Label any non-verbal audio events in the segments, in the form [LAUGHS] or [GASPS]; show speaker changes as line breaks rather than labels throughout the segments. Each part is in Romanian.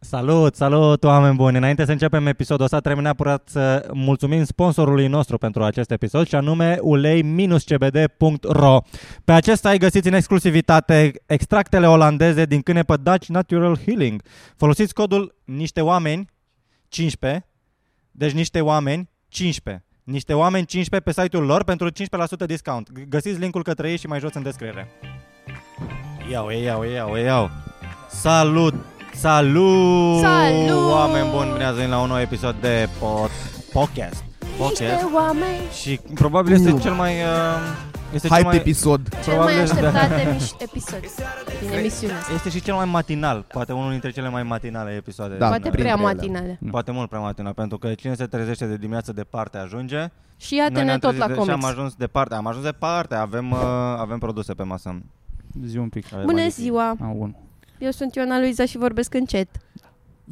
Salut, salut oameni buni! Înainte să începem episodul ăsta, trebuie neapărat să mulțumim sponsorului nostru pentru acest episod și anume ulei-cbd.ro Pe acesta ai găsiți în exclusivitate extractele olandeze din cânepă Dutch Natural Healing. Folosiți codul niște oameni 15, deci niște oameni 15, niște oameni 15 pe site-ul lor pentru 15% discount. G- Găsiți linkul către ei și mai jos în descriere. Iau, ei, iau, ei, iau, ei, iau. Salut! Salut!
Salut!
Oameni buni, bine ați venit la un nou episod de pod- podcast. Podcast.
oameni.
Și probabil este
Nu.
cel mai... Uh, este
Hype
cel mai...
episod.
Cel mai
Probabil, da. Păi,
așteptat emis- episod din emisiunea asta.
Este și cel mai matinal, poate unul dintre cele mai matinale episoade.
Da,
Poate
da.
prea
Printre ele.
matinale.
Poate mult prea matinal, pentru că cine se trezește de dimineață departe ajunge.
Și
Noi
iată-ne
ne-am
tot
trezit
la
de- Și am
comics.
ajuns departe, am ajuns departe, avem, uh, avem produse pe masă. Avem
Zi un pic.
Bună
adică-
ziua!
A, unu.
Eu sunt Iona Luiza și vorbesc încet.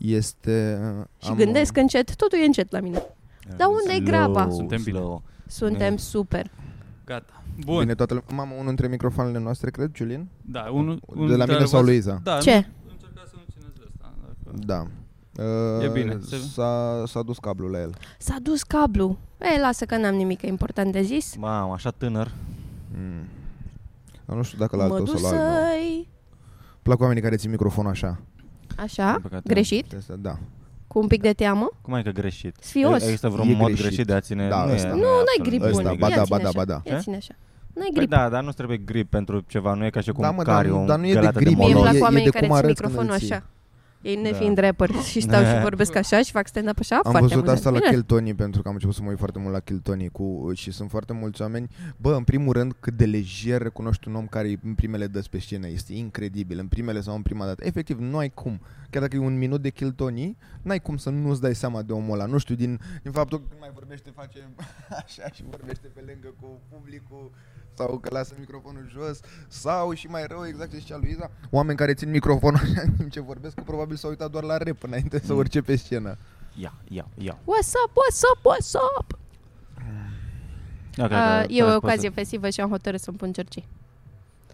Este...
Și gândesc încet. Totul e încet la mine. Dar unde e graba?
Suntem bine.
slow.
Suntem super.
Gata.
Bun.
Bun.
Bine, toată lumea. Mamă, unul dintre microfoanele noastre, cred, Julin?
Da, unul...
Un, de la mine sau Luiza?
Da,
Ce?
Nu, încerca să nu țineți de asta. Dacă...
Da. Uh,
E bine, se-
S-a, s-a dus cablul la el.
S-a dus cablu. Ei, lasă că n-am nimic important de zis.
Mamă, așa tânăr.
Mm. Dar nu știu dacă la
Mă
altul sau la altul.
dusăi.
Plac oamenii care țin microfonul așa.
Așa,
Din păcate.
greșit,
Asta, da.
cu un pic de teamă.
Cum ai că greșit?
Sfios.
E- Există vreun
E
mod greșit.
greșit.
de a ține?
Da,
nu,
ăsta.
e,
Nu,
e
Nu, n-ai
absolut
grip
nimic
bun.
Ăsta,
greșit.
ba
Ia
da,
ține
ba
așa.
da, ba da.
Ia
Ce?
ține așa. N-ai
Păi
grip.
da, dar nu trebuie grip pentru ceva, nu e ca și cum
Da, mă, dar
cari
nu-
un
dar nu e de
găleată
grip,
Mie îmi
molot.
e-
plac
e
oamenii
de
care
cum
țin
arăți când
microfonul
îl ții.
așa. Ei
Da.
nefiind rapper și stau și vorbesc așa și fac stand-up așa,
Am
foarte
văzut
amuzant.
asta la
Bine.
Kill Tony pentru că am început să mă uit foarte mult la Kill Tony cu, și sunt foarte mulți oameni. Bă, în primul rând, cât de lejer recunoști un om care e în primele dăți pe scenă. Este incredibil. În primele sau în prima dată. Efectiv, nu ai cum. Chiar dacă e un minut de Kill Tony, n-ai cum să nu-ți dai seama de omul ăla. Nu știu, din, din faptul că când mai vorbește, face [LAUGHS] așa și vorbește pe lângă cu publicul sau că lasă microfonul jos sau și mai rău, exact ce zicea Luiza, oameni care țin microfonul [LAUGHS] așa în timp ce vorbesc, că probabil s-au uitat doar la rap înainte să urce pe scenă.
Ia, ia, ia.
What's up, what's up, what's up?
Ia,
Păi
cred
da,
Uh,
că
e o
răspunsul-
ocazie festivă și am hotărât să-mi pun cercii.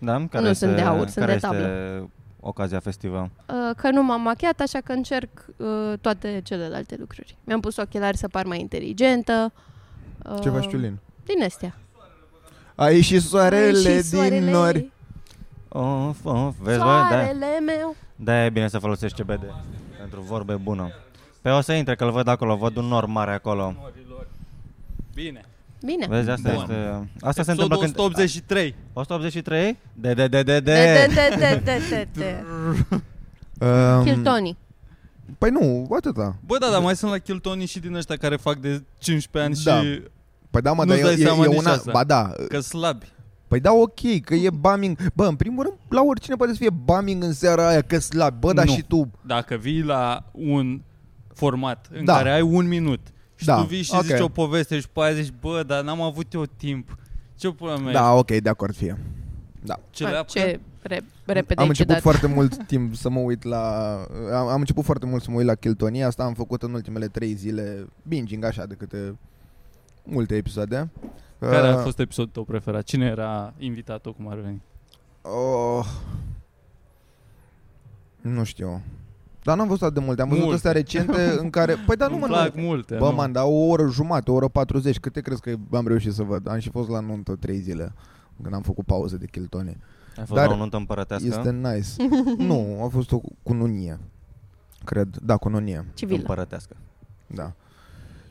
Da? Care
Nu
este,
sunt de aur, sunt
care
de
Este ocazia festivă.
Uh, că nu m-am machiat, așa că încerc uh, toate celelalte lucruri. Mi-am pus ochelari să par mai inteligentă. Uh,
Ce faci, Ciulin?
Din astea.
A ieșit soarele,
Ai și soarele,
din nori.
Of, of, vezi, bă, da.
soarele meu.
Da, e bine să folosești CBD pentru vorbe bună. Pe o să intre, că-l văd acolo, văd un nor mare acolo.
Bine.
Bine.
Vezi, asta
Bun.
este... Asta se întâmplă când...
183.
183? De, de, de, de,
Te,
de!
te, te, te, te, te.
Um,
Kill Tony.
Păi nu, atâta.
Bă, da, dar mai sunt la Chiltoni și din ăștia care fac de 15 ani
Da.
și
Păi da, mă,
Nu-ți
dar
dai
e,
seama
e
nici
una...
asta.
Ba da,
că slabi.
păi da, ok, că e bumming. Bă, în primul rând, la oricine poate să fie bumming în seara aia, că slab. Bă, dar
Nu.
și tu.
Dacă vii la un format în
Da.
care ai un minut și
Da,
tu vii și
ok.
zici o poveste și pe aia zici, bă, dar n-am avut eu timp. Ce pula mea
Da, ok, de acord, fie.
e? Ce
Bă,
leapă?
ce re- repede
am
ai
început
ciudat.
foarte mult timp să mă uit la am, am început foarte mult să mă uit la Kiltonie. Asta am făcut în ultimele trei zile binging așa de câte multe episoade.
Care a
Uh,
fost episodul tău preferat? Cine era invitatul cum ar veni?
Oh. Nu știu. Dar n-am văzut atât de multe. Am văzut
Multe.
astea recente în care... Păi da, nu
Îmi
mă...
plac
nu-
multe.
Bă,
nu.
man, dar o oră jumate, o oră 40. Câte crezi că am reușit să văd? Am și fost la nuntă trei zile când am făcut pauză de chiltone.
Ai fost
Dar
la o nuntă împărătească?
Este nice. [LAUGHS] nu, a fost o cununie. Cred. Da, cununie.
Civilă.
Împărătească.
Da.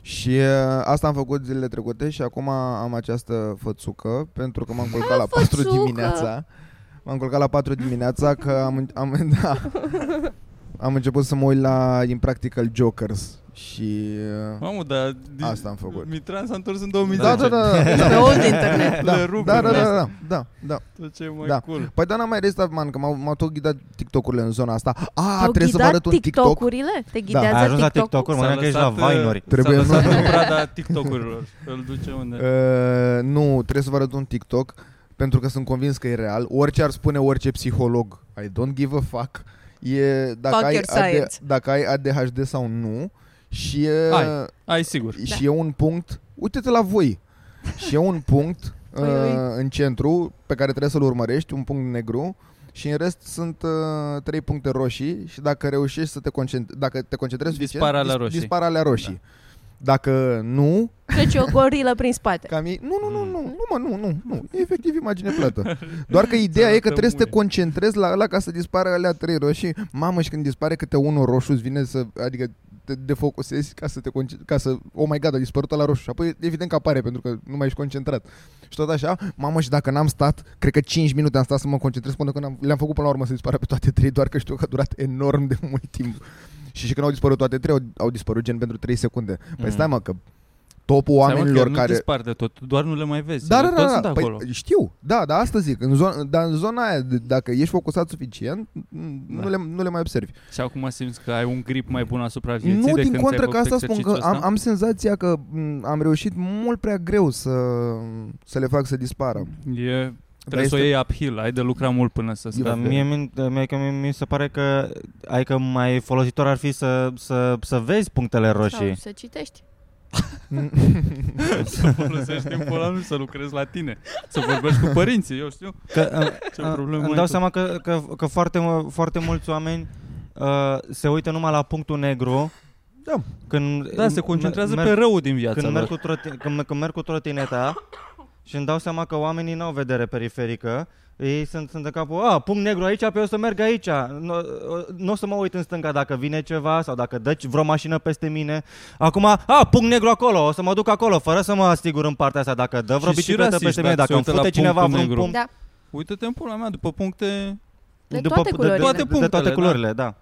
Și uh, asta am făcut zilele trecute și acum am această fățucă pentru că m-am culcat la 4
Ah, fățucă!
dimineața. M-am culcat la 4 dimineața că am, am,
[LAUGHS]
da, am început să mă uit la Impractical Jokers și uh,
Mamă, dar... din-
asta am făcut.
Mitran s-a întors în
Da,
2010.
da, da, da, da,
Pe old internet.
Le
[LAUGHS] da,
rup
da, da,
în
da,
asta.
da, da, da.
Tot ce e mai
Da.
cool.
Păi da, n-am mai rezistat, man, că m-au, m-au tot ghidat TikTok-urile în zona asta. A,
Te-au
trebuie să vă
ghidat
arăt un TikTok.
TikTok-urile? Te
Ai
ghidează
ajuns la
TikTok-ul?
TikTok-uri,
S-a
mă că ești la
lăsat, uh,
vainuri.
Trebuie,
S-a
nu,
lăsat
nu.
în prada TikTok-urilor. Îl duce unde?
Uh, nu, trebuie să vă arăt un TikTok pentru că sunt convins că e real. Orice ar spune orice psiholog, I don't give a fuck. E dacă
Fuck
ai
your
AD,
science.
dacă ai ADHD sau nu și e,
Ai. Ai sigur.
Da.
și e un punct. Uite-te la voi. și e un punct
Oi, oi. [LAUGHS]
uh, în centru pe care trebuie să-l urmărești, un punct negru Și în rest sunt uh, trei puncte roșii și dacă reușești să te concentrezi, dacă te concentrezi suficient,
Dispar alea
dis-
roșii. Da.
Dispar alea roșii. Dacă nu,
Trece o gorilă prin
[LAUGHS]
spate.
Cam e... Nu, nu, nu, nu, nu, mă, nu, nu, nu. E efectiv imagine plată. Doar că ideea e că
Țărată
trebuie să te
mâine.
concentrezi la ăla ca să dispară alea trei roșii. Mamă, și când dispare câte unul roșu îți vine să... Adică te defocusezi ca să te conce- ca să, oh my god, a dispărut la roșu și apoi evident că apare pentru că nu mai ești concentrat. Și tot așa, mamă și dacă n-am stat, cred că 5 minute am stat să mă concentrez până când am, le-am făcut până la urmă să dispară pe toate trei, doar că știu că a durat enorm de mult timp. Și și când au dispărut toate trei, au, au dispărut gen pentru 3 secunde. Păi
Mm.
stai mă că topul oamenilor
nu
care...
dispar de tot, doar nu le mai vezi.
Da,
Ele
da,
toți
da, da.
sunt acolo.
Păi, știu, da, dar asta zic, în zona, dar în zona aia, d- dacă ești focusat suficient, n- nu,
Da.
le, nu le mai observi.
Și acum simți că ai un grip mai bun asupra vieții
nu,
de
din
când
contră,
ți-ai
că
făcut
asta spun, că
exercițiul
am,
ăsta?
am senzația că m, am reușit mult prea greu să, să le fac să dispară.
E,
Dar
trebuie să
[LAUGHS]
o
este-
iei uphill, ai de lucrat mult până să
Eu-
Da,
scapi.
mie, mi- mie, că mie, mi se pare că adică mai folositor ar fi să, să, să vezi punctele
Sau
roșii.
să citești.
[LAUGHS] să folosești timpul ăla, nu să lucrezi la tine, să vorbești cu părinții, eu știu.
Că,
Ce
îmi-
problemă
îmi
ai
dau
tu?
seama că, că, că foarte, mu- foarte mulți oameni uh, se uită numai la punctul negru.
Da.
Când
Da, se concentrează
mer-
pe rău din viața
când
lor.
merg, cu troti- când, când merg cu trotineta și îmi dau seama că oamenii n-au vedere periferică, ei sunt, sunt de capul, a, punct negru aici, pe eu să merg aici. Nu nu o să mă uit în stânga dacă vine ceva sau dacă dă vreo mașină peste mine. Acum, a, punct negru acolo, o să mă duc acolo, fără să mă asigur în partea asta dacă dă vreo
Și- și
bicicletă
rasiști,
peste mine,
dacă
dacă
se
îmi
uită la
fute cineva
punctul
vreun
negru.
punct.
Da.
Uite-te în pula mea, după puncte...
De toate culorile.
De,
Toate
de, de toate
punctele,
culorile, da.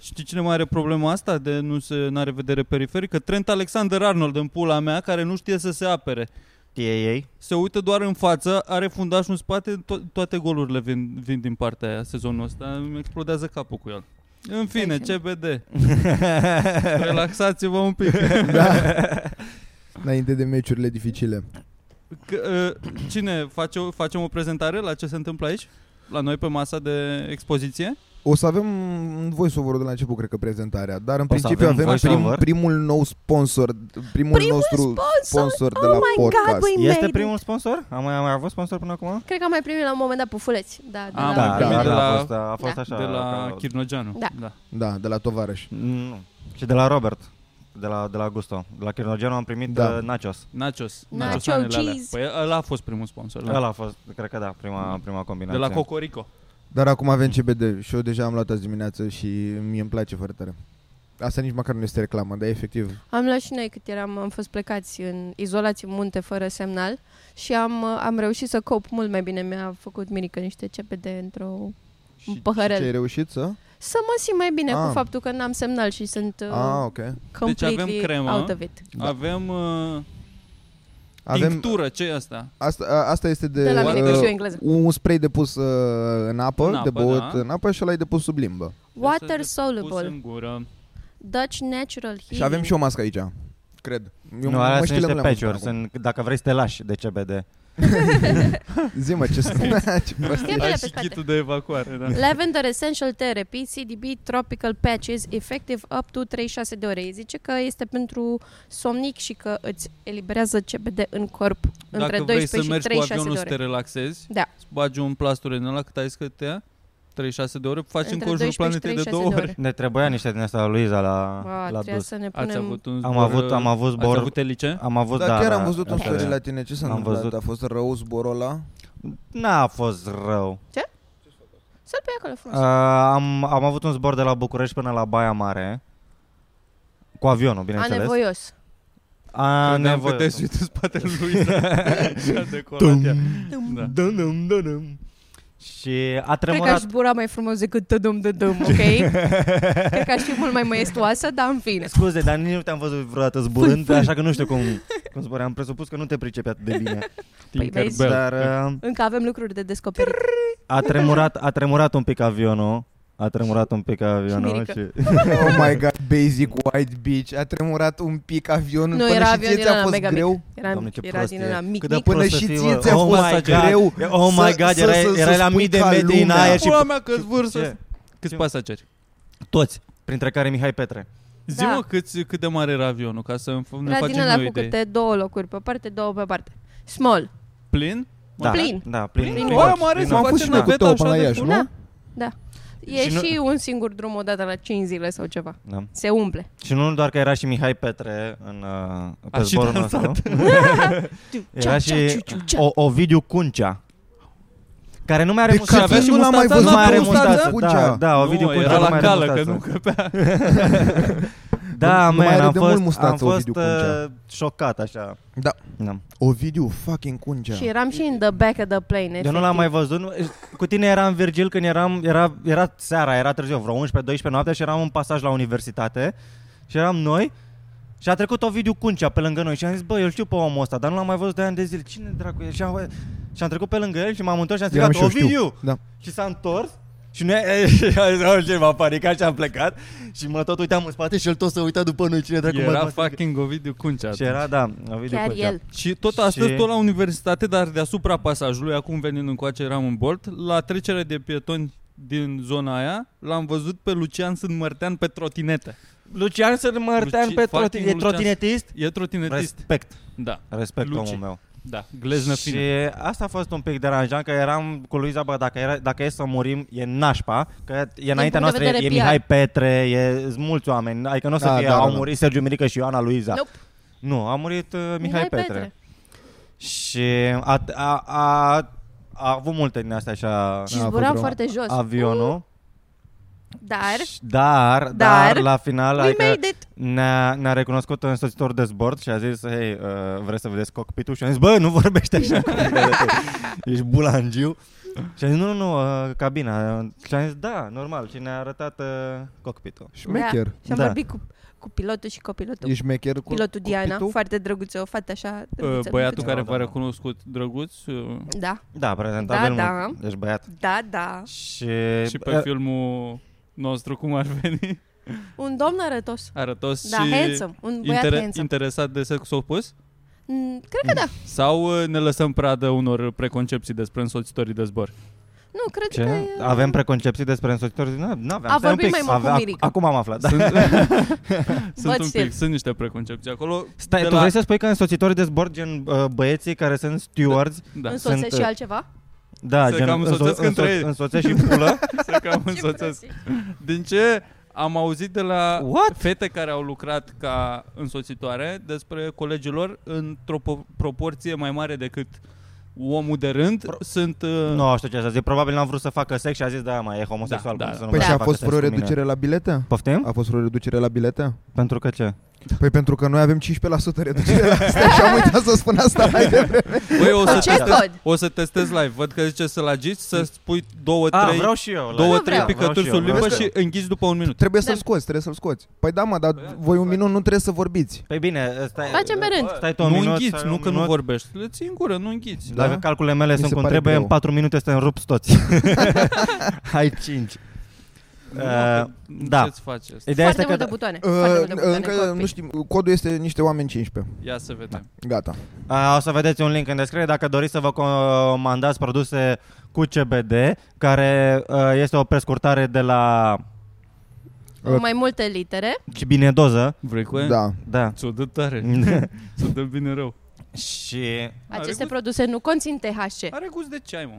Știi cine mai are problema asta de nu se are vedere periferică? Trent Alexander-Arnold în pula mea, care nu știe să se apere.
Ei, da.
[LAUGHS]
ei.
Se uită doar în față, are fundașul în spate, to- toate golurile vin, vin din partea aia sezonul ăsta, îmi explodează capul cu el. În fine,
Așa.
[LAUGHS] CBD. Relaxați-vă un pic.
da. Înainte de meciurile dificile.
Că, uh, cine? Face o, facem o prezentare la ce se întâmplă aici? La noi pe masa de expoziție?
O să avem un voiceover de la început, cred că, prezentarea, dar în
să
principiu
avem
avem, prim,
voiceover?
primul nou sponsor, primul,
Primul
nostru sponsor de
Oh
la
my God,
podcast.
băi,
Este
made
primul sponsor? Am mai, am mai avut sponsor până acum?
Cred că am mai primit la un moment dat pufuleți. Da, de
Am
la...
mai primit
da,
de
da,
la-
a fost, a fost
da.
așa.
de la
ca-
Chirnogeanu.
Da.
da.
da, de la tovarăș.
Nu. Și de la Robert, de la, de la Gusto. De la Chirnogenu am primit
Da.
da. nachos.
Nachos.
Nacho
Nachosanele alea.
cheese.
Păi ăla a fost primul sponsor.
Da. Ăla exact. a fost, cred că da, prima, prima
De
combinație.
la Cocorico.
Dar acum avem CBD și eu deja am luat azi dimineață și mie îmi place foarte tare. Asta nici măcar nu este reclamă, dar efectiv.
Am luat și noi cât eram, am fost plecați în izolați în munte fără semnal și am, am reușit să cop mult mai bine. Mi-a făcut Mirica niște CPD într-o...
Și,
păhărel.
și ce ai reușit să?
Să mă simt mai bine
Ah.
cu faptul că n-am semnal și sunt uh,
Ah, ok.
completely
avem cremă.
out of it.
Da.
Avem, uh, Avem
Avem,
tinctură, ce e asta?
asta, a- asta este de,
De la
Oare-
mine că
uh,
știu engleză.
un spray depus uh, în, apă,
În
de
apă,
băut
da.
în apă și l-ai depus sub limbă.
Trebuie
Water
să Pus
soluble.
în gură.
Dutch natural healing.
Și avem și o [LAUGHS] mască aici, cred. Eu
Nu, alea
mă
sunt
știleam
niște
le-am văzut
patch-uri,
acum.
sunt, dacă vrei să te lași de CBD.
Zi-mă
[LAUGHS]
ce sunt. ce prostie.
Schemele
Ai
pe
și
spate.
kitul de evacuare, da.
Lavender Essential Therapy, CDB Tropical Patches, efectiv up to 36 de ore. Ei zice că este pentru somnic și că îți eliberează CBD în corp între
Dacă vrei
12
să
și
mergi cu
36
avionul
de
să te
ore.
relaxezi,
Da.
îți bagi un plasture în ăla cât ai să te ia, 36 de ore, faci
Între
înconjurul
12 și
planetei
36
de două
de ore.
ore.
Ne trebuia niște din asta la Luiza
Ah,
la,
Ba,
la
trebuia
dus.
să ne
Ați
punem...
avut un zbor, uh,
Am avut, am avut
Ați
zbor,
avut
[LAUGHS]
elice?
am avut,
Dar
da,
chiar
da,
am văzut un
așa
story
e.
la tine. Ce s-a
Am
întâmplat?
văzut.
A fost rău zborul ăla?
N-a fost rău.
Să-l pui acolo
Uh,
frumos.
Ah,
am, am avut un zbor de la București până la Baia Mare. Cu avionul,
A
bineînțeles.
nevoios.
A
Credeam că te-ai
nevoie.
suit în spatele lui da. și a decolat ea. Da.
Dănăm, dănăm. Și a
Cred că aș
tremurat.
zbura mai frumos decât tădum de
[LAUGHS]
dăm, ok? Cred că aș fi mult mai măiestoasă, dar în fine.
Scuze, dar nici nu te-am văzut vreodată
Păi,
zburând, așa că nu știu cum, cum zbori. Am presupus că nu te pricepi atât de bine.
Păi, vezi?
Tinkerbell.
Dar uh,
Încă avem lucruri de descoperit.
a, tremurat, a tremurat un pic avionul. A tremurat un pic avionul.
mirică.
Și
[LAUGHS]
[LAUGHS]
Oh my god, basic white beach A tremurat un pic avionul
Nu,
Până
era
și
avion
ție
din
ți-a
ăla
fost
mega mic.
greu
Era,
Doamne, ce
era
prost
din
e.
ăla mic,
Cât de
mic.
prost
Până
să
și
fii,
ție
mă.
ți-a
Oh
fost
my God.
greu
Oh my
să-
God,
să-
era,
să- să
era la
spui
mii de
ca
metri în
lumea.
aer și
Da, Pula mea, câți
Ce?
vârstă? Câți pasageri?
toți, printre care Mihai Petre.
Zi-mă câți- cât de mare era avionul, ca să îmi f- ne
Da. Era din
facem noi
ăla cu
o idee.
câte două locuri pe parte, două pe parte. Small.
Plin?
Da,
Plin.
Da, plin.
Plin.
Plin.
Oia mare,
Plin.
să
Am fost
facem
și noi cu
naveta
Teo
așa
până la
de
Iași,
full?
nu?
Da. Da.
Deci
E
Și nu-
și, și un singur drum odată la 5 zile sau ceva.
Da.
Se umple.
Și nu doar că era și Mihai Petre în, uh, pe
A și
zborul
dansat.
nostru. Era și o, Ovidiu Cuncea. Care nu mai are
De
mustață.
cât
avea
timp nu
și
l-am mai
mustață?
Nu
văzut
mai are
pe
mustață.
Avea
Ovidiu
mustață?
Da,
Cuncea?
da, Ovidiu
nu,
Cuncea
era
nu
la
mai are
cală, că
mustață.
nu căpea.
Da,
Nu mai
man,
are
am
de mult
fost, am
mustață
fost
Ovidiu Cuncea.
uh, șocat așa.
Da.
da.
Ovidiu fucking Cuncea.
Și eram și in the back of the plane.
Eu
efectiv.
nu l-am mai văzut. nu- Cu tine eram Virgil când eram, era, era seara, era târziu, vreo 11-12 noaptea și eram în pasaj la universitate și eram noi și a trecut Ovidiu Cuncea pe lângă noi și am zis, bă, eu știu pe omul ăsta, dar nu l-am mai văzut de ani de zile. Cine dracu e? Și am, și am trecut pe lângă el și m-am întors și am
Eram
zis,
și eu știu.
Ovidiu!
Da.
Și s-a întors și noi, [LAUGHS] e, și a zis, "Auzi, ce m-a panicat și am plecat și mă tot uitam în spate și el tot se uita după noi cine dracu mă-
Era
mă-
fucking Ovidiu Cuncea.
Și
atunci.
era, da, Ovidiu
Chiar
Cuncea.
el.
Și tot astăzi,
Și-
tot la universitate, dar deasupra pasajului, acum venind încoace, eram în Bolt, la trecerea de pietoni din zona aia, l-am văzut pe Lucian Sunt Mărtean pe trotinete.
Lucian să Mărtean
Luci-
pe
fucking
troti- e
Lucian.
trotinetist?
E trotinetist.
Respect,
Da,
respect
Luci.
omul meu.
da, gleznă
și
fine.
asta a fost un pic deranjant, că eram cu Luiza, bă, dacă, era, dacă e să murim, e nașpa, că e înaintea
punct
noastră,
de
e,
vedere
e Mihai Petre, e sunt mulți oameni, adică nu o să
Da,
fie,
da,
au
da, da.
murit Sergiu Mirică și Ioana Luiza.
Nope.
Nu, a murit uh, Mihai, Petre. Și a, a, a, a avut multe din astea așa
Și
A fost
zburam
rău.
foarte jos.
avionul,
Dar
și- dar, dar,
Dar,
la final
we
adică,
made it. Da.
ne-a, ne-a recunoscut însoțitor de zbord și a zis, hei, uh, vreți să vedeți cockpit-ul? Și am zis, bă, nu vorbește așa [LAUGHS] cu mine, de tu. ești bulangiu. Și a zis, nu, nu, nu, uh, cabina. Și am zis, da, normal. Și ne-a arătat uh, cockpit-ul.
Șmecher.
Da. Și am
Da.
vorbit cu, cu pilotul și copilotul.
E șmecher cu
pilotul
cu
Diana,
pitul?
foarte drăguță, o fată așa
Uh,
drăguță.
Băiatul
micuță.
care
Da,
v-a
da.
recunoscut drăguț uh,
Da,
Da, prezentabil
Da,
mult. Ești băiat.
da, da.
Și, uh,
și pe filmul nostru, cum ar veni, [LAUGHS]
Un domn arătos.
arătos
Da,
și
handsome. Un băiat
intere-
handsome.
interesat de sex opus?
Mm, Cred că da.
Sau uh, ne lăsăm pradă unor preconcepții despre însoțitorii de zbor?
Nu, cred că
ce?
e...
Avem preconcepții despre însoțitori? Nu, nu aveam.
Păi, uh, A
Stai un
vorbit
pic.
mai mult cu
Avea-
Mirica.
Acum am aflat, da.
[LAUGHS]
Sunt, sunt un
Sir.
pic, sunt niște preconcepții acolo.
[LAUGHS] Stai,
de
tu
la-
vrei să spui că însoțitorii de zbor, gen uh, băieții care sunt stewards,
Da.
Însoțesc
Sunt,
și
uh,
altceva?
da,
Se
gen
cam însoțesc între ei.
însoțesc și [LAUGHS] pulă.
să cam însoțesc. Din ce am auzit de la
What?
fete care au lucrat ca însoțitoare despre colegilor într-o po- proporție mai mare decât omul de rând Pro- sunt... Uh,
Nu știu ce să zic, probabil n-am vrut să facă sex și a zis, da, mai e homosexual.
Da,
cum
da.
să nu
Păi
mai
și a
facă
fost
sex
vreo
cu mine.
reducere la bilete?
Poftim?
A fost vreo reducere la bilete?
Pentru că ce?
Păi pentru că noi avem 15% reducere la asta și am uitat să spun asta mai devreme.
Băi, o să,
Ce
testez,
cod?
o să testez live. Văd că zice să-l agiți, să spui două,
A,
trei,
Ah, vreau și eu. la-
două,
Nu
trei
vreau.
picături
Vreau
sub
și eu,
limbă
vreau și
și închizi după un minut.
Trebuie să-l
Da.
scoți, trebuie să-l scoți. Păi da, mă, dar voi un minut nu trebuie să vorbiți.
Păi bine, stai...
Facem pe rând.
Stai tu
Nu
un minut,
înghiți,
stai
nu
un
că nu
minut. Da.
vorbești. Le ții în gură, nu înghiți.
Dacă calculele mele
Da. Mi
sunt
se
cum
pare
trebuie,
greu.
în 4 minute să te înrupți
[LAUGHS]
toți. Hai 5.
Da.
da.
Ce-ți face asta?
Ideea
foarte
este că...
multe
da-
butoane. foarte
Uh,
multe butoane în
încă
cockpit.
nu știm, codul este niște oameni 15.
Ia să vedem.
Da.
Gata.
A, o să vedeți un link în descriere dacă doriți să vă comandați produse cu CBD, care a, este o prescurtare de la
Uh,
Mai multe litere.
cibinedoză.
Vrei cu ea?
Da. [LAUGHS]
Da.
Ți-o dă tare, ți-o dă bine rău.
și
Aceste
gust.
produse nu conțin THC.
Are gust de ceai, mă.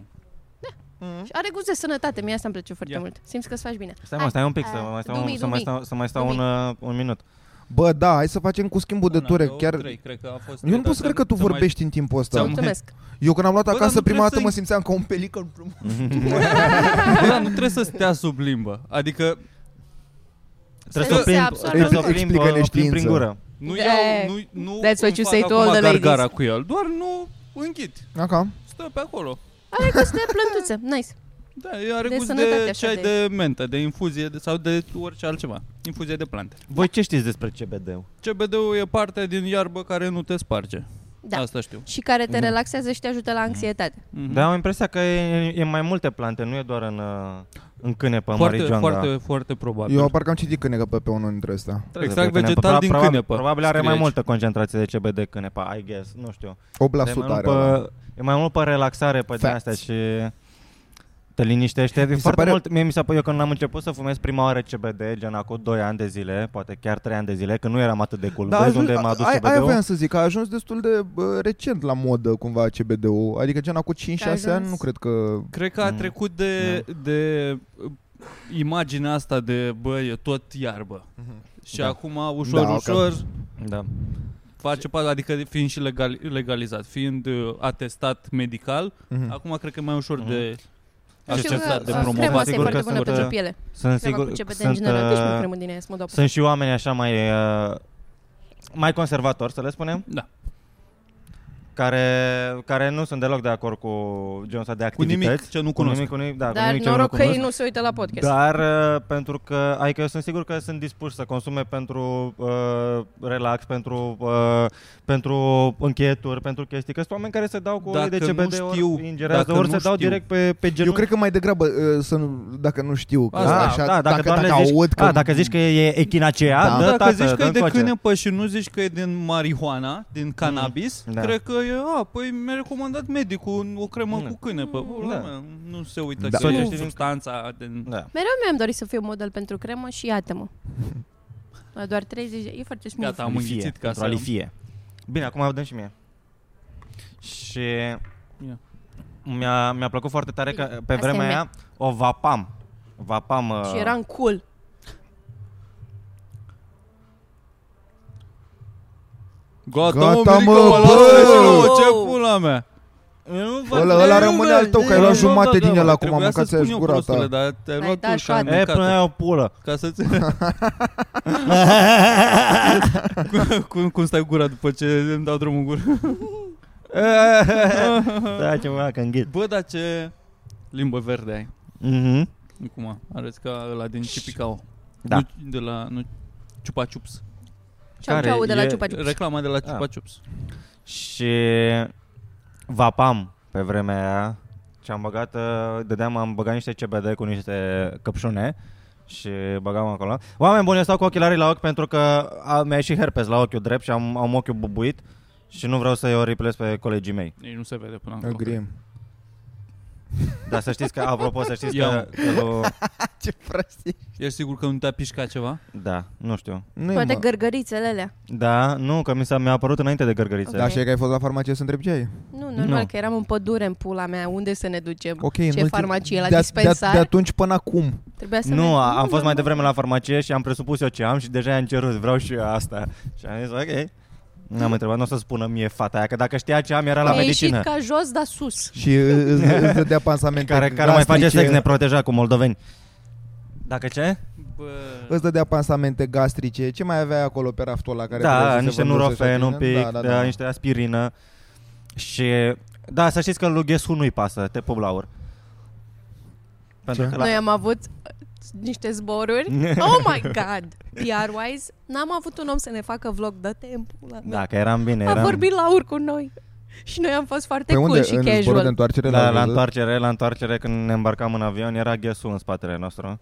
Și Are gust de sănătate, mie asta îmi place foarte
Ia.
mult. Simți că îți faci bine.
Stai mă, stai un pic să
A,
mai stau,
dumii,
să mai
dumii.
stau, să mai stau un,
Dumii.
uh, un minut.
Bă, da, hai să facem cu schimbul de
Una,
ture.
două,
Chiar
trei, cred că a fost
eu nu
tot,
pot să
dar
cred că tu
să mai-
vorbești în timpul ăsta.
Ți-am-
Mulțumesc.
Eu când am luat
Bă, dar
acasă
nu
prima dată mă
trebuie să-i-
simțeam ca un pelican. [LAUGHS]
Bă, dar nu trebuie să stea sub limbă. Adică
Trebuie să
Se-
o
se
plimb,
absorbe.
trebuie să o plimb,
Explică-ne
o plimb prin
știința.
gură.
nu
Da.
iau, nu, nu
That's what
îmi
you
fac
say to
acum
all the ladies.
gargara cu el, doar nu închid.
Aca.
Stă pe acolo.
Are gust de plântuță. Nice.
Da, e are
De
gust
sănătate,
de
așa,
ceai
de-
de mentă, de infuzie de, sau de orice altceva. Infuzie de plante.
Voi ce știți despre CBD-ul?
CBD-ul e parte din iarbă care nu te sparge.
Da.
Asta știu.
Și care te
Mhm.
relaxează și te ajută la anxietate.
Mhm.
Dar Da, am impresia că e, e mai multe plante, nu e doar în, uh, în cânepă,
Foarte,
marijuana.
foarte, foarte probabil.
Eu parcă am citit cânecă pe, pe unul dintre ăsta.
Extract
Pe da. cânepă.
exact vegetal din
probabil,
cânepă.
Probabil are
scrie
mai
aici.
multă concentrație de CBD cânepa, I guess, nu știu.
8%
e, mai mult
are. ăla.
pe, e mai mult pe relaxare pe din
Da, Facts.
astea și... Te liniștește. Mi
se
foarte
pare-
mult, mie mi s-a eu când am început să fumez prima oară CBD, gen acum 2 ani de zile, poate chiar 3 ani de zile, că nu eram atât de cool. Da, Vezi unde m-a dus
ai, aia
CBD-ul?
voiam să zic, a ajuns destul de bă, recent la modă cumva CBD-ul, adică gen acum 5-6
A ajuns.
ani nu cred că...
Cred că a
Mm.
trecut de, de uh, imaginea asta de, bă, e tot iarbă. Și
Da.
acum, ușor,
Da,
ușor,
Da.
face pas, adică fiind și legal, legalizat, fiind uh, atestat medical,
Mm.
acum cred că e mai ușor
Mhm.
de
Nu știu că
acceptat de
uh,
uh, crema
promovat.
asta e
Sigur
foarte
că
bună
sunt,
pentru
uh,
piele.
Sunt
Crema
sigur,
cu CBD în
sunt,
general. Deci nu
uh,
cremă din aia, să mă dau pe
Sunt și oameni așa mai uh, mai conservatori, să le spunem,
Da.
care, care nu sunt deloc de acord cu genul ăsta de
Cu
activități.
nimic ce nu
Cu
cunosc.
nimic, cu nimic, da, cu
Dar
nimic ce nu
noroc că
cunosc.
ei nu se uită la podcast.
Dar uh, pentru că, adică eu sunt sigur că sunt dispuși să consume pentru uh, relax, pentru, uh, pentru încheieturi, pentru chestii. Că sunt oameni care se dau cu ulei de
Dacă nu
CBD,
știu,
ori ingerează,
dacă
ori
nu
se dau
știu.
direct pe, pe
Eu
genunchi.
cred că mai degrabă uh, să nu, dacă nu știu, că
Asta,
așa,
da, dacă, doar
dacă
le zici,
aud că...
a, dacă zici că e echinacea,
Da.
dă,
Dacă
tată,
zici că
dă
e de
încoace.
cânepă și nu zici că e din marihuana, din cannabis,
Da.
cred că e, a, păi mi-a recomandat medicul o cremă
Da.
cu cânepă. Bă,
Da.
lumea Nu se uită
Da.
că
Să
e
știi-
substanța din...
Da.
Mereu mi-am dorit să fiu model pentru cremă și iată-mă. La doar 30 de... E foarte smooth.
Gata, am
Alifie,
înghițit ca
pentru
să...
alifie. Bine, acum o dăm și mie. Și
Ia.
mi-a, mi-a plăcut foarte tare că pe
Asta e
vremea
mea.
aia o vapam. Vapam. uh,
Și eram cool.
Gata,
Gata,
Gata
mă,
mă, mă,
bă!
lasă-mă, ce pula mea!
Ăla, ăla rămâne al tău, că ai luat jumate din el acum,
Da, Trebuia să
mâncați
spun
aia
eu,
gura
prostule,
ta.
dar te-ai
Ai
luat
dat
tu și
shot.
ai
E, până
mâncat-o.
aia o [LAUGHS] pulă.
Ca să-ți... [LAUGHS] cum, cum stai gura după ce îmi dau drumul în gură? [LAUGHS]
da, ceva că înghit.
Bă, dar ce limbă verde ai.
Mhm.
Acum, arăți ca ăla din Cipicao.
Da.
Nu, de la nu, Ciupa Ciups.
Ceau,
Care
ceau de la
e
Ciupa Ciups.
Reclama de la Ciupa Ciups.
Și vapam pe vremea aia și am băgat, uh, dădeam, am băgat niște CBD cu niște căpșune și băgam acolo. Oameni buni, eu stau cu ochelarii la ochi pentru că a, mi-a ieșit herpes la ochiul drept și am, am ochiul bubuit și nu vreau să-i o riplez pe colegii mei.
Nici nu se vede până acolo.
Agreem.
Dar să știți că, apropo, să știți
Ia,
că...
mă.
că lu-
Ce prostie.
Ești sigur că nu te-a pișcat ceva?
da, nu știu.
Nu
Poate
mă.
gărgărițele alea.
Da, nu, că mi s-a mi-a apărut înainte de gărgărițe.
Da, și e că ai fost la farmacie să întrebi ce ai.
Nu, normal
Nu.
că eram în pădure în pula mea. Unde să ne ducem?
Ok,
Ce
în ultim-
farmacie? La
de, at- de,
dispensar?
at- de atunci până acum.
Trebuia să
Nu,
mergem.
a, am fost mai
normal.
devreme la farmacie și am presupus eu ce am și deja am cerut, vreau și eu asta. Și am zis, ok. N-am întrebat, nu o să spună mie fata aia, că dacă știa ce am, era la
Mi-a
medicină.
ieșit ca jos, dar sus.
Și î- îți, îți dădea pansamente
Care, care mai
gastrice,
face sex neprotejat cu moldoveni. Dacă ce?
Bă...
Îți dădea pansamente gastrice. Ce mai aveai acolo pe raftul ăla care
da,
trebuia să se
niște
vândă să se
nurofen un
obțină?
pic, da, da, da. niște aspirină. Și da, să știți că lui Ghescu nu-i pasă, te pup la ur. Pentru
Ce?
că la...
Noi am avut uh, niște
[LAUGHS]
zboruri. Oh my god! PR-wise, n-am avut un om să ne facă vlog de timpul la mea.
Dacă Da, eram bine,
A
eram... Păi
vorbit la ur cu noi. Și noi am fost foarte
Pe unde?
cool și
În zborul de
casual.
întoarcere?
La,
l-ai
Da, la
văzut?
întoarcere, la întoarcere când ne îmbarcam în avion, era Ghescu în spatele nostru.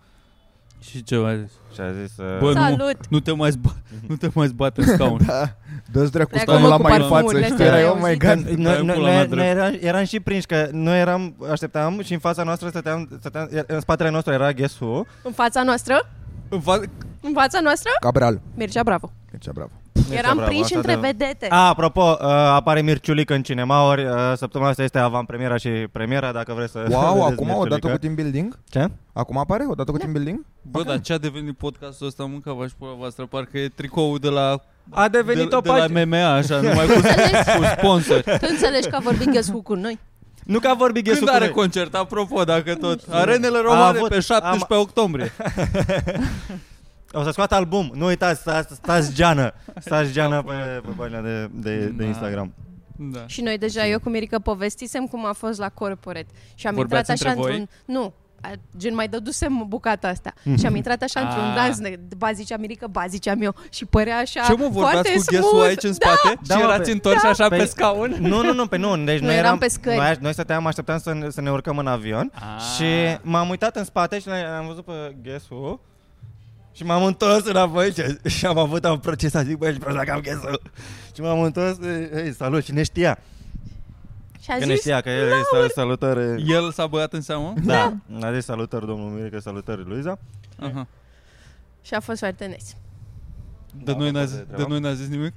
Și ce mai zis?
Și a zis... uh,
Bă,
Salut!
Nu te mai, zba- nu te mai zbat în scaun.
[LAUGHS] Da.
Dă-ți dracu,
Pleacă,
stai
mă,
la
cu
mai în
parfumurile
față și tu
astea,
erai,
ai
oh my
auzit?
god.
Că
Dai
noi,
în
noi,
pula mea
noi,
drept.
noi eram, eram și prinși că noi eram, așteptam și în fața noastră stăteam, stăteam iar în spatele nostru era Guess Who.
În fața noastră?
În fa-
În fața noastră?
Cabral.
Mircea Bravo.
Mircea,
[LAUGHS]
bravo.
Eram
bravo,
prinși
asta
între
de-
vedete.
A, apropo, uh, apare Mirciulică în cinema, ori uh, săptămâna asta este avantpremiera și premiera, dacă vreți să [LAUGHS]
Wow,
vedeți
acum o
Mirciulică.
dată cu team building?
Ce?
Acum apare o dată cu team building?
Bă, dar ce a devenit podcastul ăsta, mânca v-aș pula voastră? Parcă e tricoul de la...
A devenit
de,
o
de la
pagină.
MMA, așa, numai
[LAUGHS]
cu, cu sponsori.
Tu înțelegi că a vorbit Ghescu cu noi?
Nu că a vorbit Guess
Când
Who cu
are
noi.
concert, apropo, dacă tot? Arenele romane
avut-
pe 17
[LAUGHS]
octombrie.
O să scoată album. Nu uitați, stați, stați geană. Stați geană pe, pe pagina de, de, de
Da.
Instagram.
Da.
Și noi deja, eu cu Mirica povestisem cum a fost la corporate. Și am
Vorbeați
intrat așa
între voi? Mhm.
într-un... Nu, a- gen mai dădusem bucata asta și am intrat așa într-un
Ah.
dans de ba zicea Mirica, ba ziceam eu și părea așa
Ce mă
Da. foarte
vorbeați cu
smooth.
ghesul aici în spate?
Da,
și
mă,
erați
pe-
întorși așa
Pe-
pe Păi- scaun?
Nu, nu, nu, pe nu. Deci noi
eram
eram
pe scări.
Noi, noi stăteam, așteptam să ne, să ne urcăm în avion
Ah.
și m-am uitat în spate și am văzut pe Guess Who și m-am întors înapoi și, și am avut am proces să zic, băi, și prost dacă am Guess Who. Și m-am întors, ei, ei, salut, cine știa?
Și a
Că ne
zis,
știa că el este salutare.
El s-a băiat în seamă?
Da, a zis salutări domnul Mirica, salutări Luiza.
Aha.
și a fost foarte nice.
De,
Da,
noi
am
n-a
fost
zis,
de
de
treabă.
noi n-a zis nimic?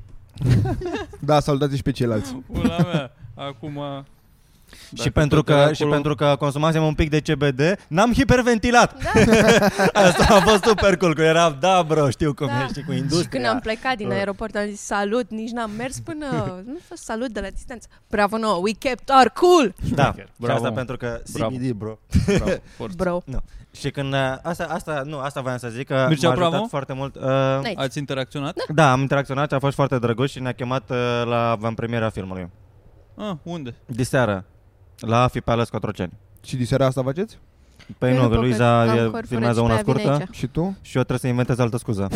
Da, salutați și pe ceilalți.
Pula mea, acum...
și
Dacă
pentru,
tot
că,
era
și
acolo-
pentru că consumasem un pic de CBD, n-am hiperventilat.
Da.
[LAUGHS] Asta a fost super cool, că eram, da bro, știu cum
Da.
ești cu
Și când
industria.
am plecat din
Ă.
Da.
aeroport am zis salut, nici n-am mers până... Nu fost salut de la distanță. Bravo nouă, we kept our cool,
Da,
Bravo,
și asta
mă.
pentru că
Bravo.
CBD, bro.
Bravo, forță.
bro.
Și când, uh, asta, asta, nu, asta voiam să zic, că
Mircea
m-a ajutat
Bravo?
foarte mult. Uh,
Nice.
Ați interacționat?
da, am interacționat și a fost foarte drăguț și ne-a chemat uh, la premiera filmului.
Da.
Ah, unde?
Diseară, la Fi Palace Cotroceni.
Și de seara asta faceți?
Păi
Eu
nu, că
pot, că
Luiza
am
e-
corporat
filmează
și
una
pe aia vine
scurtă
aici.
[LAUGHS]
Și tu? [LAUGHS]
și eu trebuie să inventez altă
[LAUGHS]
scuză.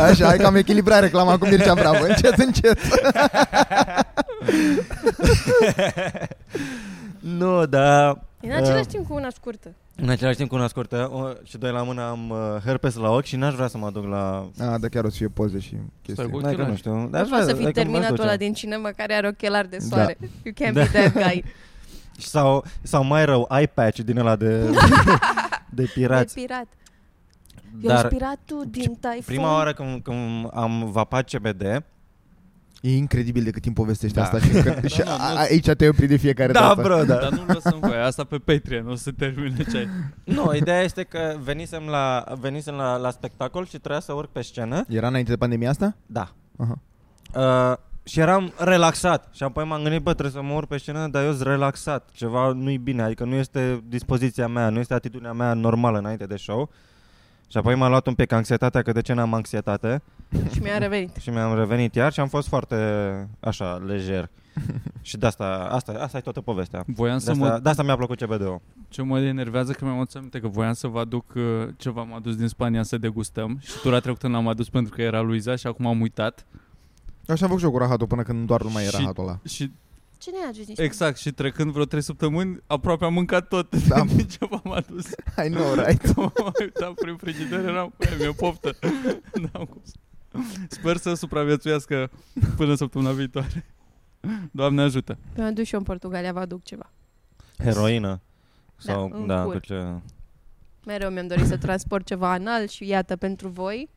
Așa, hai că am echilibrat reclama cu Mircea Bravo. Încet, încet.
nu, dar
În
Ă.
același timp cu una scurtă.
în același timp cu una scurtă o, și doi la mână am uh, herpes la ochi și n-aș vrea să mă duc la...
A, dar chiar o să fie poze și chestii.
Stai cu-
N-ai că nu
ochelari.
știu. Dar
Dar
aș
poate
vrea
să fi
adică m-aș
terminat
duce.
ăla din cinema care are ochelari de
Da.
soare. You can't
Da.
be that
[LAUGHS]
guy.
Sau, sau mai rău, eye patch din ăla de, de
E
pirați.
pirat. Dar,
Dar
Deci, Eu piratul din Typhoon.
prima oară când, când am vapat CBD,
E incredibil de cât timp povestești
Da.
asta și,
[LAUGHS]
că, și
nu,
a,
nu-
a- aici te-ai oprit de fiecare
da,
dată.
bro, da.
Dar nu lăsăm voie, asta pe Patreon, o să termine ce ai.
nu, ideea este că venisem la, venisem la, la spectacol și trebuia să urc pe scenă.
Era înainte de pandemia asta?
Da.
Aha.
Uh, și eram relaxat și apoi m-am gândit, bă, trebuie să mă urc pe scenă, dar eu sunt relaxat, ceva nu-i bine, adică nu este dispoziția mea, nu este atitudinea mea normală înainte de show. Și apoi m-a luat un pic anxietatea, că de ce n-am anxietate
Și mi-a revenit.
și mi-am revenit iar și am fost foarte, așa, [LAUGHS] lejer. și de asta, asta, asta e toată povestea.
Voiam
De
să
asta,
mă...
de asta mi-a plăcut CBD-ul.
Ce mă enervează că mi-am adus aminte că voiam să vă aduc uh, ce v-am adus din Spania să degustăm și tura trecută n-am adus pentru că era Luiza și acum am uitat.
Așa am făcut și eu cu rahatul până când doar nu mai era
Și-
rahatul ăla.
Și
Ce ne-a ajuns?
exact, și trecând vreo 3 săptămâni, aproape am mâncat tot
Da.
[LAUGHS] din ce v-am adus.
I
[LAUGHS]
know, right?
Că m-am uitat prin frigider, eram, "Băi, mi-e poftă. [LAUGHS] N-am cum să... Sper să supraviețuiască până săptămâna viitoare. Doamne ajută.
Mi-am dus și eu în Portugalia, vă aduc ceva.
Heroină. Sau,
în
da,
cur.
cu ce...
Mereu mi-am dorit să transport ceva anal și iată pentru voi,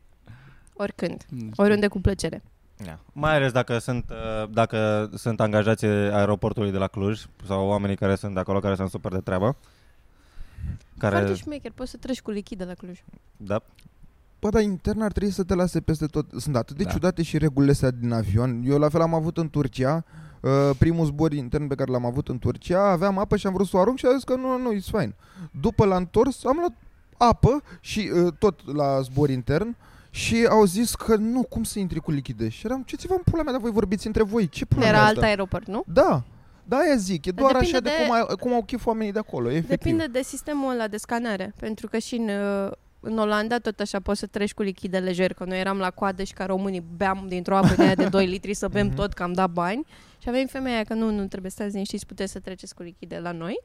oricând, oriunde cu plăcere.
Da. Mai ales dacă sunt, uh, dacă sunt angajații aeroportului de la Cluj sau oamenii care sunt de acolo, care sunt super de treabă.
Care... Foarte
Care,
șmecher, poți să treci cu lichid de la Cluj.
da,
Bă, dar intern ar trebui să te lase peste tot. Sunt atât de
Da.
da. ciudate și regulile astea din avion. Eu la fel am avut în Turcia, uh, primul zbor intern pe care l-am avut în Turcia, aveam apă și am vrut să o arunc și a zis că nu, nu, nu, it's fine. După l-am întors, am luat apă și uh, tot la zbor intern și au zis că nu, cum să intri cu lichide? Și eram, ce ți în pula mea, dar voi vorbiți între voi, ce pula
Era
mea
alt
asta?
aeroport, nu?
Da, da, aia zic, e doar
Depinde
așa de,
de-
cum, a, cum au chef oamenii de acolo, efectiv.
Depinde de sistemul ăla de scanare, pentru că și în, uh, în Olanda tot așa poți să treci cu lichide lejer, că noi eram la coadă și ca românii beam dintr-o apă de aia de 2 litri să
Mhm.
bem tot, că am dat bani și avem femeia aia că nu, nu trebuie să stați liniștiți, puteți să treceți cu lichide la noi.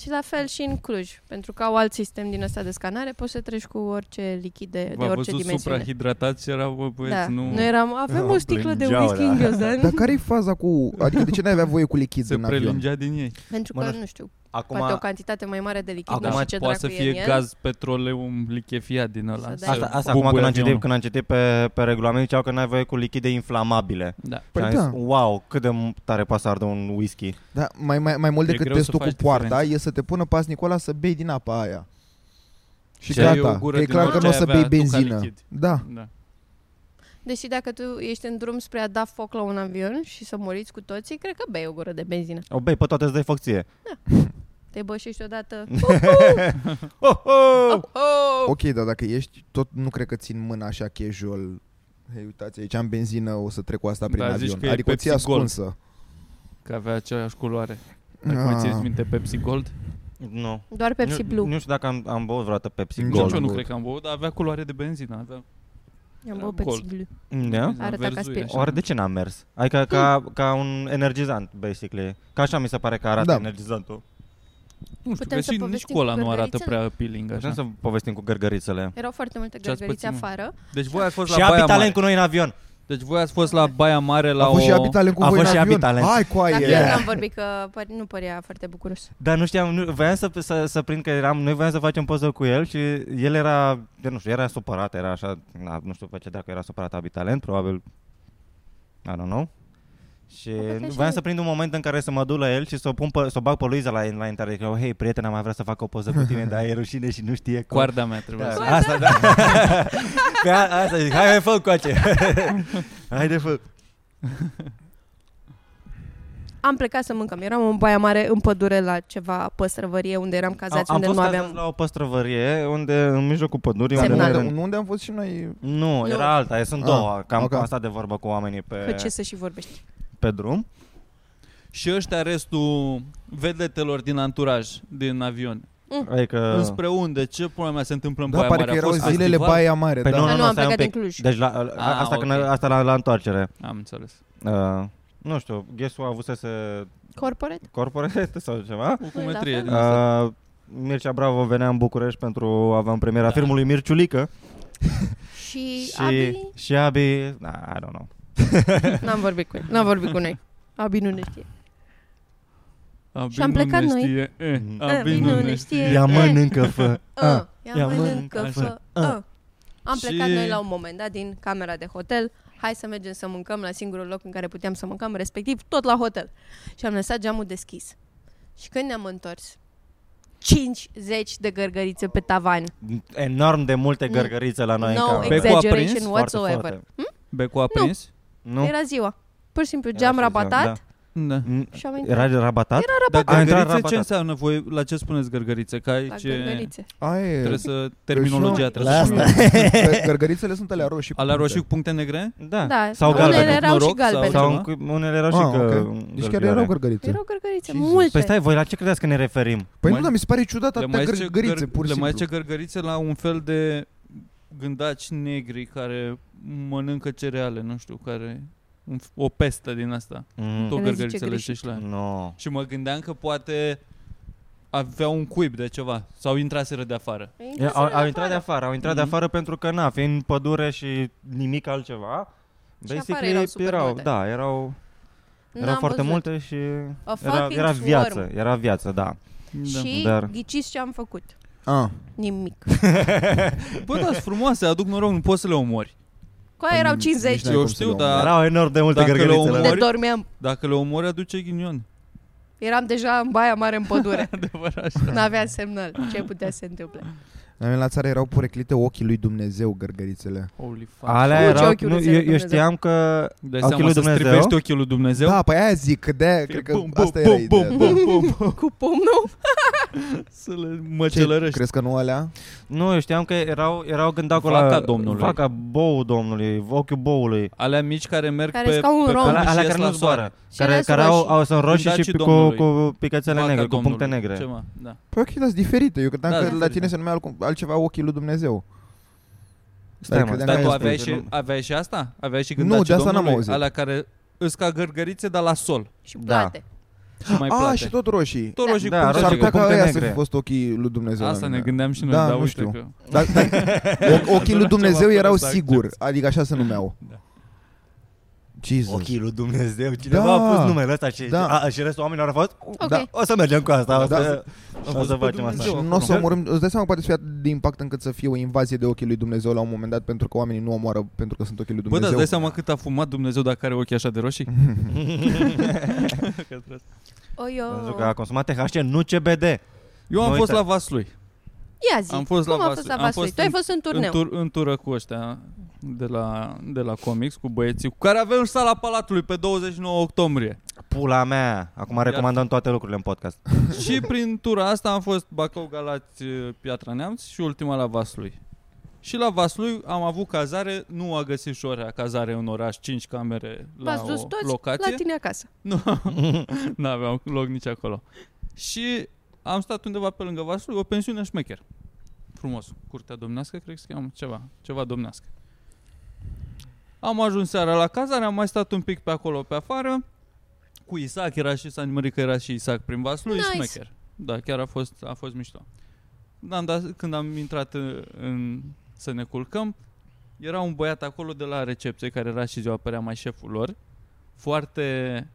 Și la fel și în Cluj, pentru că au alt sistem din ăsta de scanare, poți să treci cu orice lichide, de
V-a
orice
văzut
dimensiune.
suprahidratat și era, bă, băieți,
da.
nu...
Noi eram, avem
[LAUGHS]
Ah,
o sticlă de
plângeau,
whisky
da.
în ghiozdan,
Dar care e faza cu... Adică de ce n-ai avea voie cu lichid
se
în avion?
prelingea din ei.
pentru
Mă,
că,
nu
nu știu,
acum,
poate o cantitate mai mare de lichid,
Acum
nu știu ce
Da. poate să
dracu e
fie
în el.
gaz, petroleum, lichefiat din ăla.
Să dai-
asta,
să
asta acum când
bubuie
am citit,
avionul.
când am citit pe, pe regulament, ziceau că n-ai voie cu lichide inflamabile.
Da.
Păi
Păi
am zis,
da.
wow, cât de m- tare poate să ardă un whisky.
Da, mai, mai, mai mult
E
decât
greu să
testul cu
faci
poarta
diferența.
e să te pună pas Nicola să bei din apa aia. Și
Ce ai o
gata,
gură
că e
din
clar că
orice
nu o să
avea
bei
tu ca
benzină.
lichid.
Da,
Da.
Deși dacă tu ești în drum spre a da foc la un avion și să muriți cu toții, cred că bei o gură de benzină.
O bei pe toate să dai foc ție.
Te bășești odată.
Oh, oh!
Oh, oh!
ok, dar dacă ești, tot nu cred că țin mâna așa casual. Hei, uitați, aici am benzină, o să trec cu asta prin
Da, zici
avion.
că e
Adică o ții
Pepsi Gold.
ascunsă.
Că avea aceeași culoare. Dacă mai
Ah.
țineți minte Pepsi Gold?
Nu.
Doar Pepsi
nu,
Blue.
Nu știu dacă am, am băut vreodată Pepsi
Nici
Gold.
Gold.
Eu nu
Gold.
cred că am băut, dar avea culoare de benzină. Avea
Am băut
Gold.
Pepsi Blue.
Da?
Arăta ca spirit.
Oare de ce n-am mers? Adică ca, ca un energizant, basically. Ca așa mi se pare că arată da.
Da.
energizantul.
Nu știu,
Putem
că
să
și nici
povestim
cola
cu
nu arată
gărgărițe?
prea appealing
Așa
așa.
să povestim cu gărgărițele.
Erau foarte multe
Ce ați
gărgărițe
pățit, mă?
afară.
Deci voi ați fost
Și
la Baia
abi
Mare.
talent cu noi în avion.
Deci voi ați fost la Baia Mare la
a fost
o...
și Abitalent cu
a
voi
fost
în
și
avion.
Abitalent.
Hai cu aia.
Dacă
Ah, Yeah.
am vorbit că păr- nu părea foarte bucuros.
Dar nu știam, nu, voiam să, să, să prind că eram, noi voiam să facem poză cu el și el era, eu nu știu, era supărat, era așa, na, nu știu pe ce dacă era supărat Abitalent, probabil, I don't know. Și
poate și
voiam
el.
să prind un moment în care să mă duc la el și să o, pun pe, să o bag pe Luiza la, la intrare. Că, "Oh, hei, prietena, mai vrea să fac o poză cu tine, dar e rușine și nu știe cum.
Coarda mea trebuia să...
Da, asta, da.
[LAUGHS]
Pe a, asta zic, hai, hai, fă coace. hai de fă.
Am plecat să mâncăm. Eram în Baia Mare, în pădure, la ceva păstrăvărie, unde eram cazați,
am
unde
fost
nu
cazați
aveam...
la o păstrăvărie, unde, în mijlocul pădurii, unde,
Semnal.
nu
Unde,
era-
unde am fost și noi
Nu,
Nu.
era alta, e- sunt
Ah,
două, cam
ok.
okay. am stat de vorbă cu oamenii
Că
pe,
ce să și vorbești.
pe drum.
Și ăștia restul vedetelor din anturaj, din avion.
Adică,
Înspre unde? Ce problema se întâmplă în
Da,
Baia
pare
Mare?
că
A
erau
fost
zilele
festival?
Baia Mare
pe
da.
nu,
Ah,
nu,
nu,
nu,
am
stai un
plecat
pic.
din Cluj.
Deci la, a,
Ah,
asta, când,
ok.
asta la, la întoarcere.
Am înțeles.
Uh, nu știu, Ghesu a avusese
Corporate?
corporate [LAUGHS] sau ceva.
O cumetrie
la
din asta.
Uh, Mircea Bravo venea în București pentru a avea în premiera da.
Da.
filmului Mirciulică
Și,
și
Abi?
și Abi, da, I don't know.
N-am vorbit cu el. N-am vorbit cu noi. Abi nu ne știe.
Abin
și am
nu
plecat
ne
noi.
Știe. Eh,
Mm.
Abin nu ne știe.
Ia mănâncă
[LAUGHS]
fă.
A,
Ah. ia
Ia mănâncă,
mănâncă,
fă. A. Uh. Am
Și-
plecat noi la un moment dat din camera de hotel. Hai să mergem să mâncăm la singurul loc în care puteam să mâncăm, respectiv tot la hotel. Și am lăsat geamul deschis. Și când ne-am întors, 50 de gărgărițe pe tavan.
Enorm de multe gărgărițe la noi în
No
cameră.
exact. Becul aprins?
exaggeration
Foarte,
whatsoever.
foarte.
Becul a prins?
Nu?
Era ziua. Pur și simplu
Era
geam
așa,
rabatat
Da.
Da.
și am intrat
Era rabatat? Era
Dar
A intrat
gărgărițe ce
rabatat.
înseamnă voi? La ce spuneți gărgărițe? Că
la
aici e-
gărgărițe.
Aia
trebuie să terminologia trebuie
La
să
asta.
[LAUGHS]
Gărgărițele sunt alea roșii
Alea roșii cu puncte negre?
Da.
Da,
Sau
unele
galbene.
erau
Noroc
și galbene.
sau-
Sau în cu- unele erau și
Ah,
că...
ok. Deci chiar
gălbioare.
erau gărgărițe
Erau gărgărițe,
Jesus.
multe.
Păi stai, voi la ce credeți că ne referim?
Păi
Mai-
nu, dar mi se pare ciudat
Le
atâtea
mai, zice
gărgărițe
găr-
pur și
le mai zice
simplu
gărgărițe la un fel de gândaci negri care mănâncă cereale, nu știu, care un f- o pestă din asta.
Mm.
Tot
Le zice
gărgărițele
greșit.
și la ea.
No.
Și mă gândeam că poate avea un cuib de ceva sau intraseră de afară.
Păi
Au,
intraseră
au intrat de afară, au intrat de
Mhm.
afară pentru că, na, fiind pădure și nimic altceva,
afară
basically
erau super
erau,
multe.
da, erau, erau
N-am
foarte
văzut.
multe și
A
era,
fucking
era
swarm.
viață, era viață, da.
Și
Dar-
ghiciți ce am făcut.
Ah,
Nimic.
Bă, dar sunt frumoase, aduc noroc, nu poți să le omori.
Cu aia Da, erau
Păi, nici
50.
n-ai
Eu
cum să
știu,
le
dar-
omori.
Erau enorm de multe
Da. Dacă le
gărgărițe. la-
omori-
Unde
ori-
dormeam.
Dacă le omori, aduce ghinion.
Eram deja în baia mare în
[LAUGHS]
pădure.
Adevărat.
N-aveam semnal ce putea să se întâmple.
La mine la țară erau poreclite ochii lui Dumnezeu gărgărițele
Holy fuck.
Alea
Cu ce
erau,
ochiul lui
nu,
Dumnezeu?
eu, eu știam că
Dai
Ochiul
seama
lui
să
Dumnezeu?
strivești ochiul lui Dumnezeu?
Da, păi aia zic, că de cred că
Bum, bum,
asta era
bum, bum,
ideea da.
bum, bum,
Cu pumnul?
Să le
Ce,
măcelărești.
crezi că nu alea?
Nu, eu știam că erau, erau gândacul la...
Vaca domnului.
Vaca boul domnului, ochiul boului.
Alea mici care merg
Care
pe,
sunt ca un
pe
rom.
Alea,
pământ și
alea
ies
care
la
nu zboară.
Și
Care,
alea
care
sunt
au,
roșii.
au, sunt roșii și
Dacii
pi- cu,
domnului.
cu picățele
Vaca
negre, cu puncte
Domnului.
negre.
Ce mă, da.
Păi ochii sunt diferite, eu credeam
Da,
că
da,
la
diferite.
tine se numea altcum- altceva ochii lui Dumnezeu
Stai,
Dar
mă,
credeam
stai
Dar
că
tu
ai
aveai
spus.
și, aveai și asta? Aveai și
Nu,
gândacii
de asta n-am
domnului?
auzit.
Alea care îs ca gărgărițe, dar la sol.
Și
Da.
plate.
Și mai
Ah,
plate.
și tot roșii
Tot roșii
Da,
da,
roșii
S-ar
cu
putea ca
puncte
aia să
negre.
fi fost ochii lui Dumnezeu
Asta
la
ne
mine.
gândeam și noi,
Da,
da,
nu
uite
știu.
că...
Dar, dar,
[LAUGHS]
o- ochii lui Dumnezeu
Ceva
erau
fără să
sigur,
accepti.
adică așa se numeau.
Da.
Jesus.
Ochii lui Dumnezeu, cineva
Da.
a pus numele ăsta și,
Da.
a, și restul oamenilor au fost
Ok.
Da.
O să mergem cu asta, o
Da.
să, o
fost
să
pe
facem
Dumnezeu.
asta
Și
acolo.
nu o să omorâm, îți dai seama că poate să fie atât de impact încât să fie o invazie de ochii lui Dumnezeu la un moment dat pentru că oamenii nu omoară pentru că sunt ochii lui
Bă, dar
Dumnezeu.
îți dai seama cât a fumat Dumnezeu dacă are ochii așa de roșii?
O, eu...
Pentru că a consumat THC, nu CBD
Eu am
Mă
fost
uitam.
la Vaslui.
Ia zi.
Am fost la
Cum a fost
Vaslui.
la
Am
Vaslui?
fost
Tu ai
în-
fost în
În,
turneu.
tur, în tură cu ăștia de la, de la comics, cu băieții, cu care avem sala Palatului pe 29 octombrie.
Pula mea, acum recomandăm toate lucrurile în podcast
și prin tura asta am fost Bacău, Galați, eh, Piatra Neamț și ultima la Vaslui. Și la Vaslui am avut cazare, nu a găsit șorea cazare în oraș, 5 camere la
V-ați
o
dus toți
locație.
la tine acasă.
Nu, [LAUGHS] nu aveam loc nici acolo. Și am stat undeva pe lângă Vaslui, o pensiune șmecher. Frumos. Curtea domnească, cred că se cheamă ceva. Ceva domnească. Am ajuns seara la cazare, am mai stat un pic pe acolo, pe afară. Cu Isaac era și, s-a nimerit că era și Isaac prin Vaslui,
Nice.
șmecher. Da, chiar a fost, a fost mișto. Am dat, când am intrat în, în să ne culcăm, Era un băiat acolo de la recepție, care era și ziua părea mai șeful lor, foarte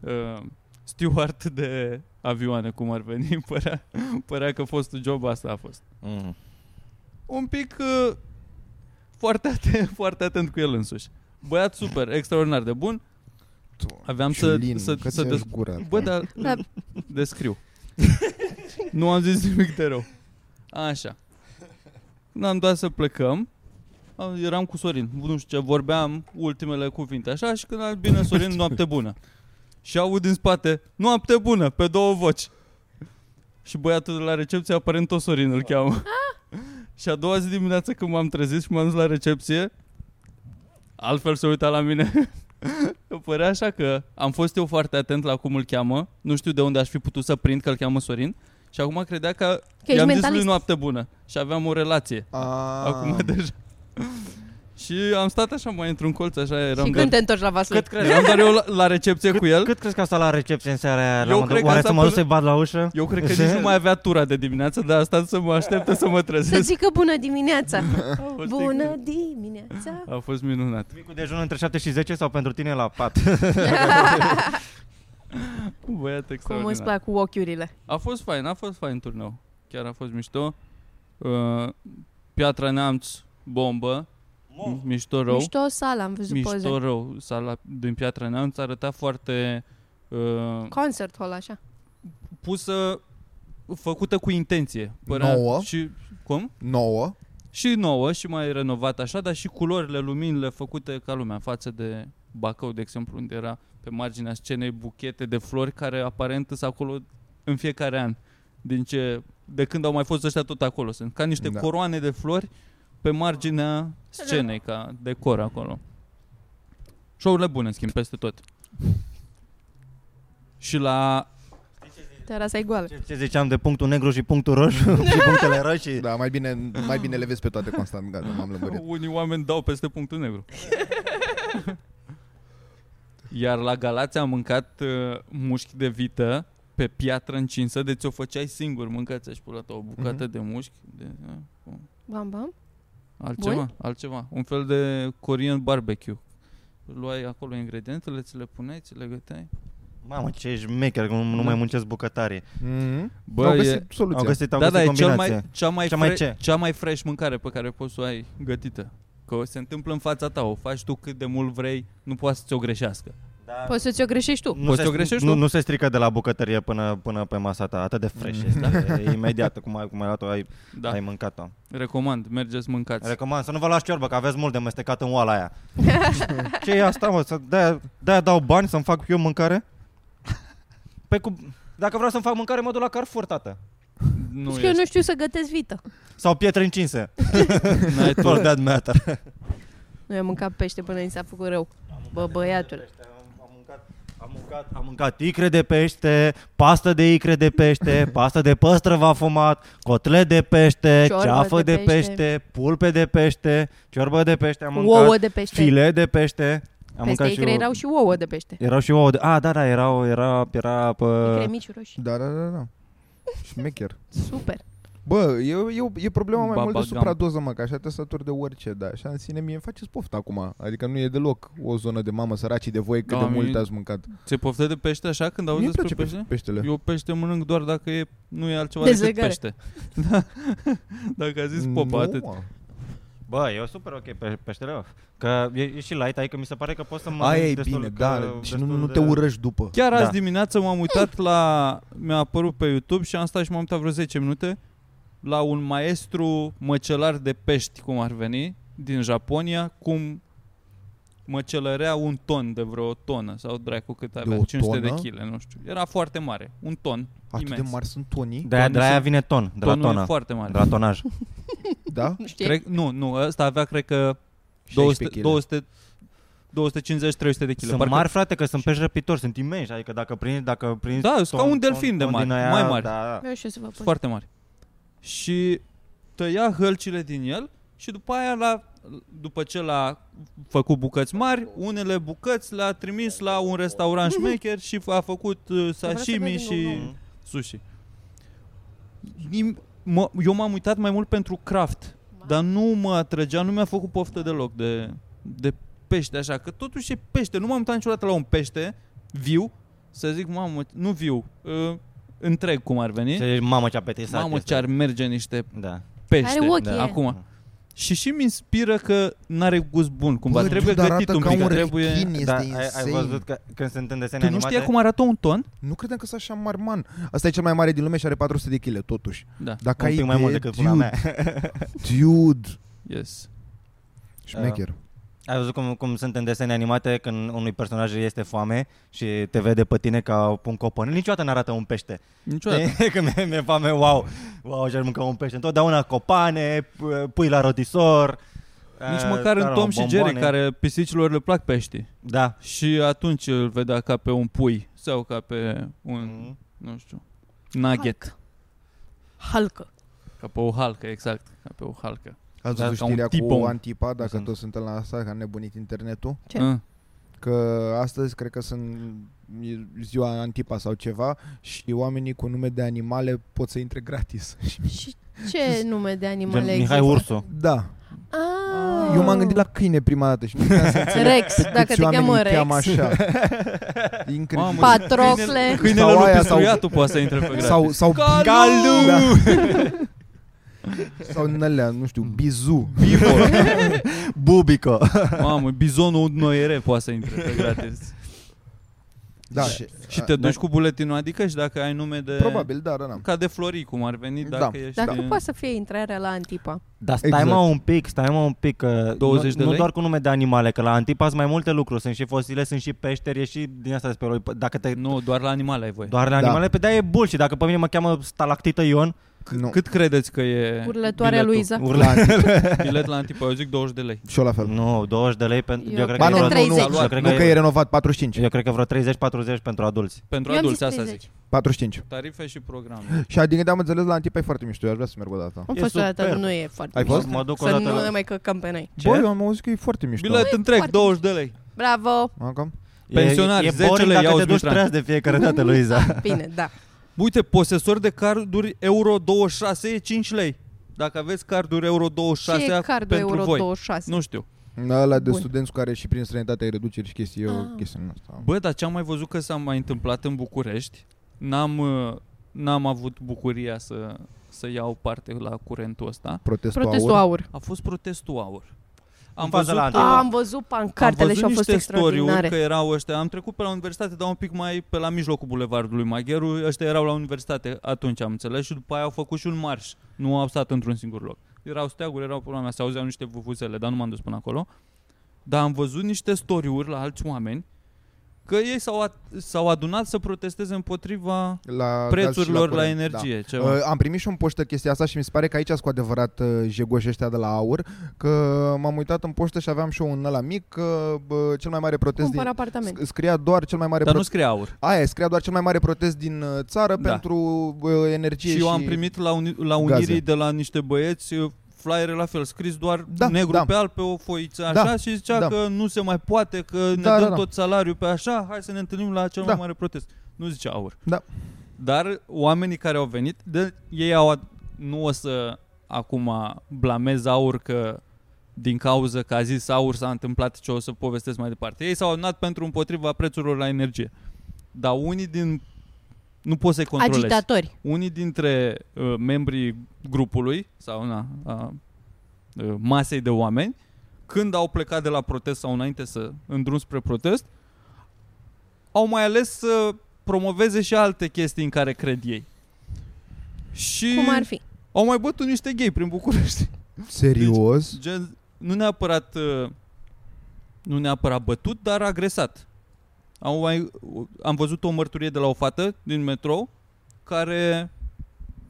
uh, steward de avioane, cum ar veni. [LAUGHS] Părea, părea că fostul job asta a fost.
Mm.
Un pic uh, foarte, atent, [LAUGHS] foarte atent cu el însuși. Băiat super, extraordinar de bun. Aveam să-
Ciulin,
să-
că
să
ți-aș
dez-
gura.
Bă, dar
Da.
descriu. nu am zis nimic de rău. Așa. Când am dat să plecăm, am- eram cu Sorin, nu știu ce, vorbeam ultimele cuvinte, așa, și când am zis, bine, Sorin, noapte bună. Și aud din spate, noapte bună, pe două voci. Și băiatul de la recepție, aparent tot Sorin îl cheamă. și a doua zi dimineață când m-am trezit și m-am dus la recepție, altfel se uita la mine. Părea așa că am fost eu foarte atent la cum îl cheamă, nu știu de unde aș fi putut să prind că îl cheamă Sorin, și acum credea că,
Că ești
i-am zis lui
mentalist.
noapte bună și aveam o relație
Ah.
A,
acum [LAUGHS] deja. Și am stat așa mai într-un colț, așa eram
Și
doar,
când te întorci la vasul?
Cât crezi?
eram doar eu la, la recepție cu el.
Cât crezi că asta la recepție în seara aia? la
Eu
un
cred că
Oare
asta
să mă duc
până-
să-i bat la ușă?
Eu cred că nici nu mai avea tura de dimineață, dar a stat să mă aștepte să mă
Să
trezesc.
zică bună dimineața.
A fost
bună
incredibil. [LAUGHS]
dimineața.
A fost minunat.
Micul dejun între 7 și 10 sau pentru tine la pat?
[LAUGHS]
Băiat
Cum îți
extraordinar.
plac ochiurile.
A fost fain, a fost fain turneu. Chiar a fost mișto. Uh, Piatra Neamț, bombă. Mișto rău.
Mișto sala, am văzut
Mișto
poze.
rău. Sala din Piatra Neamț arăta foarte... Uh,
Concert hall, așa.
pusă făcută cu intenție. Părea
Nouă.
Și cum?
Nouă.
Și nouă și mai renovat așa, dar și culorile, luminile făcute ca lumea față de Bacău, de exemplu, unde era pe marginea scenei buchete de flori care aparent sunt acolo în fiecare an. Din ce, de când au mai fost ăștia tot acolo sunt. Ca niște
Da.
da. coroane de flori pe marginea scenei, ca decor acolo. Show-urile bune, în schimb, peste tot. Și la
Terasa e goală.
Ce, ce ziceam de punctul negru și punctul roșu [LAUGHS] și punctele roșii?
Da, mai bine, mai bine le vezi pe toate constant. Gata, m-am lămurit.
[LAUGHS] Unii oameni dau peste punctul negru. [LAUGHS] Iar la Galați am mâncat uh, mușchi de vită pe piatră încinsă, deci o făceai singur, mâncați și pula ta, o bucată
Mhm.
de mușchi, de, uh,
Bam, bam.
altceva, altceva, un fel de Korean barbecue. Luai acolo ingredientele, ți le puneai, ți le găteai.
Mamă, ce șmecher, că nu, nu
Da.
mai muncesc bucătarii.
Mm-hmm.
Bă,
Au
e-
găsit
Au
soluția.
găsit, au
da,
găsit
da, e cel
combinația.
mai, cea, mai
Cea
cea,
mai
mai
ce?
cea mai fresh mâncare pe care poți să o ai gătită. Că o se întâmplă în fața ta, o faci tu cât de mult vrei, nu poți să ți-o greșească.
Poți să-ți o greșești tu.
Da. Nu
Poți
se,
să o greșești,
nu,
nu?
nu se strică de la bucătărie până, până pe masa ta, atât de fresh este,
[LAUGHS]
e imediat, cum ai, cum ai luat-o, ai,
Mm. Da.
ai mâncat-o.
Recomand, mergeți, mâncați.
Recomand să nu vă luați ciorbă, că aveți mult de mestecat în oala aia. ce e asta, mă? Să de-aia, de-aia dau bani să-mi fac eu mâncare? Păi cu... Dacă vreau să-mi fac mâncare, mă duc la Carrefour, tată.
nu
Deci că eu nu știu să gătesc vită.
Sau pietre încinse.
[LAUGHS] N-ai
For
tu.
that matter.
Nu am mâncat pește până mi s-a făcut rău. Bă, băiatule.
Am mâncat, am mâncat, am mâncat icre de pește, pastă de icre de
[LAUGHS]
pește, pastă de păstrăv fumat, cotlet de pește,
Ciorbă
ceafă
de
de, pește.
pește,
pulpe de pește, ciorbă de pește, am mâncat
Ouă de pește.
file de pește. Am
Peste
mâncat
icre
și
erau și ouă de pește.
Erau și ouă de... A, da, da, erau, era, era
Icre
pă...
mici roșii.
Da, da, da, da. Șmecher.
Super.
Bă, e, e, e problema mai mult de
Babagam.
supradoză, mă, că așa te saturi de orice, da. Așa în sine mie îmi faceți poftă acum. Adică nu e deloc o zonă de mamă săracii de voi cât
Da,
de
mie-
mult ați mâncat.
Ți-e poftă de pește așa când auzi
Mie îmi
despre
place
pește?
pește? peștele.
Eu pește mănânc doar dacă e, nu e altceva
Dezlegare.
decât pește. [LAUGHS] Da. dacă a zis popa,
Nu,
atât.
mă.
Bă, e super ok pe, peștele, of. Că e, e și light, adică mi se pare că poți să mănânci
Aia e
destul,
bine,
că,
da. Și nu,
destul
nu
de-
te urăști după.
Chiar azi
Da.
dimineață m-am uitat la... Mi-a apărut pe YouTube și am stat și m-am uitat vreo 10 minute la un maestru măcelar de pești, cum ar veni, din Japonia, cum măcelărea un ton de vreo tonă sau dracu cât avea,
o
500 de
tonă?
kile, nu știu. Era foarte mare, un ton,
Atât de
imens.
mari sunt tonii,
De aia,
Tonul
de aia
sunt-
vine ton, de la
Tonul e
tonă,
foarte mare.
de la tonaj.
da?
Nu știu.
Cred, nu, nu, ăsta avea, cred că,
16
200,
kg.
200, 250-300 de kg.
Sunt mari, frate, că sunt pești răpitori, sunt imensi, adică dacă prinzi, dacă prinzi...
Da, sunt ca un delfin de mari,
din aia,
mai mari.
Da, da.
Eu știu să vă pun.
foarte mari. Și tăia hălcile din el și după aia la după ce l-a făcut bucăți mari, unele bucăți le-a trimis la un restaurant
Mhm.
șmecher și a făcut uh,
vreau să
sashimi
văd încă
și
un om.
sushi. Nim- mă- Eu m-am uitat mai mult pentru craft Dar nu mă atrăgea, nu mi-a făcut poftă deloc de, de pește așa, că totuși e pește. Nu m-am uitat niciodată la un pește viu, să zic, mamă, nu viu, uh, întreg cum ar veni.
Și mamă ce apetisat
Mamă
este.
ce ar merge niște
Da.
pește
Are ochi,
da.
e.
acum. Și și mi inspiră că n-are gust bun, cumva trebuie
dar
gătit
arată
un
ca
pic,
un
trebuie...
rechin, este
da, ai,
insane.
ai văzut că când sunt în desene
Tu nu
animate
știi cum arată un ton?
Nu credeam că sunt așa mari, man. Asta e cel mai mare din lume și are 400 de kg, totuși.
Da.
Dacă
un
ai
pic mai mult
idee,
decât pula
dude,
mea.
Dude,
Yes.
șmecher.
[LAUGHS] Ai văzut cum, cum sunt în desene animate când unui personaj îi este foame și te vede pe tine ca un copan. Niciodată n-arată un pește.
Eh,
Niciodată.
[LAUGHS] Știi? Că mi-e, mi-e foame, wow, wow, și-ar mânca un pește. Întotdeauna copane, p- pui la rotisor.
Nici
eh,
măcar
dar,
în Tom
mă,
și
bomboane.
Jerry, care pisicilor le plac peștii.
Da.
Și atunci îl vedea ca pe un pui sau ca pe un,
Mm.
nu știu, nugget.
Hulk. Halcă.
Ca pe o halcă, exact. Ca pe o halcă.
Ați
Da,
văzut
ca un
știrea
tipon.
cu Antipa, dacă
Sunt.
toți suntem la asta, că a nebunit internetul?
Ce?
Ah,
Că astăzi cred că sunt e ziua Antipa sau ceva și oamenii cu nume de animale pot să intre gratis. [LAUGHS]
Și ce nume de
Gen,
animale
Mihai
există?
Ursu.
Da.
Ah.
Eu m-am gândit la câine prima dată și nu puteam
[LAUGHS]
să înțeleg
[LAUGHS] Rex, dacă
câți
te
oameni
cheamă
îi cheamă
Rex.
așa. Incredibil.
Mamă,
Patrocle.
Câinele
Sau
lui
aia,
Pistruiatul poate să intre pe gratis.
sau, sau,
Calu!
Da. sau în alea, nu știu, bizu.
Bivol.
Bubico.
Mamă, bizonul noiere poate să intre pe
[LAUGHS]
gratis.
Da,
Și- Și
a-
te
da.
duci cu buletinul, adică și dacă ai nume de...
Probabil, da, da, da.
Ca de Florii, cum ar veni, dacă
Da.
ești...
Dacă
din-
poate să fie intrarea la Antipa.
Dar stai
Exact.
mă un pic, stai mă un pic. Că
20
nu,
de
nu
lei?
doar cu nume de animale, că la Antipa sunt mai multe lucruri. Sunt și fosile, sunt și peșteri, e și din asta despre lui. Dacă te...
Nu, doar la animale ai voie.
Doar la
Da.
animale, pe de-aia e bullshit. Dacă pe mine mă cheamă stalactită Ion,
Nu.
Cât credeți că e
Urlătoarea
biletul?
Luiza.
urla.
[LAUGHS] Bilet la antipa, eu zic 20 de lei.
Și eu la fel.
[LAUGHS] Nu, 20 de lei pentru...
Eu
Eu, cred
cred
că
Ba
e
nu,
vreo-
nu, nu,
30.
nu,
eu cred
nu că
că
e
e-
renovat, 45.
eu cred că vreo 30-40 pentru adulți.
Pentru
Eu am zis
adulți, asta
30.
zic.
45.
45. Tarife și programe.
Și adică am înțeles la Antipa e foarte mișto, eu aș vrea să merg o dată.
Am
E
fost o dată,
superb.
nu e foarte
Ai
mișto.
fost?
Mă duc o
Să
dată
nu
la...
ne mai căcăm pe noi.
Ce?
Bă, eu am auzit că e foarte mișto.
Bilet întreg,
foarte
20 de lei.
Bravo!
Acum?
E-
Pensionari,
e
10
boring
lei,
dacă
iau
te duci
Dumitran.
treaz de fiecare dată, Luiza.
Bine,
[LAUGHS]
da.
Uite, posesor de carduri Euro 26 e 5 lei. Dacă aveți carduri Euro
Și
26
e
ac-
cardul
pentru
Euro
voi.
26.
Nu știu.
Ăla de
Bun.
studenți care și prin străinătate ai reduceri și chestii, eu
Ah.
chestia din asta.
Bă, dar ce am mai văzut că s-a mai întâmplat în București, n-am, uh, n-am avut bucuria să, să iau parte la curentul ăsta,
Protestul,
Protestul
aur.
aur.
a fost protestul aur. Am
În faza
văzut,
la
că-
Aur.
A, am văzut
am
pancartele
văzut
și au fost
Da. niște story-uri
extraordinare.
că erau ăștia. Am trecut pe la universitate, dar un pic mai pe la mijlocul bulevardului Magheru. Ăștia erau la universitate atunci, am înțeles, și după aia au făcut și un marș. Nu au stat într-un singur loc. Erau steaguri, erau problema mea, se auzeau niște vuvuzele, dar nu m-am dus până acolo. Dar am văzut niște story-uri la alți oameni că ei s-au, at- s-au adunat să protesteze împotriva
La
prețurilor la,
curent,
energie.
Da.
Ceva.
Uh, am primit și un poștă chestia asta și mi se pare că aici sunt cu adevărat uh, jegoși ăștia de la aur Că m-am uitat în poștă și aveam și eu un ăla mic că bă, cel mai mare protest
Cumpăr
din...
apartament.
sc- Scria doar cel mai mare
dar nu
protest
scrie aur.
Aia, scria doar cel mai mare protest din uh, țară
Da.
pentru uh, energie
Și eu am primit la, uni- la
gaze.
Unirii de la niște băieți uh, flyere la fel, scris doar
Da,
negru
da.
pe alb pe o foiță așa
Da,
și zicea
da.
că nu se mai poate, că ne
Da,
dăm
da, da.
tot salariul pe așa, hai să ne întâlnim la cel mai
Da.
mare protest. Nu zicea aur.
Da.
Dar oamenii care au venit, de, ei au, ad- nu o să acum blamez aur că din cauza că a zis aur s-a întâmplat ce o să povestesc mai departe. Ei s-au adunat pentru împotriva prețurilor la energie. Dar unii din... Nu poți să-i controlezi
Agitatori.
unii dintre uh, membrii grupului sau na, a uh, masei de oameni, când au plecat de la protest sau înainte să în drum spre protest, au mai ales să promoveze și alte chestii în care cred ei. Și
Cum ar fi?
au mai bătut niște gay prin București.
Serios?
Gen, nu neapărat uh, nu neapărat bătut, dar agresat. Am, mai, am văzut o mărturie de la o fată din metrou care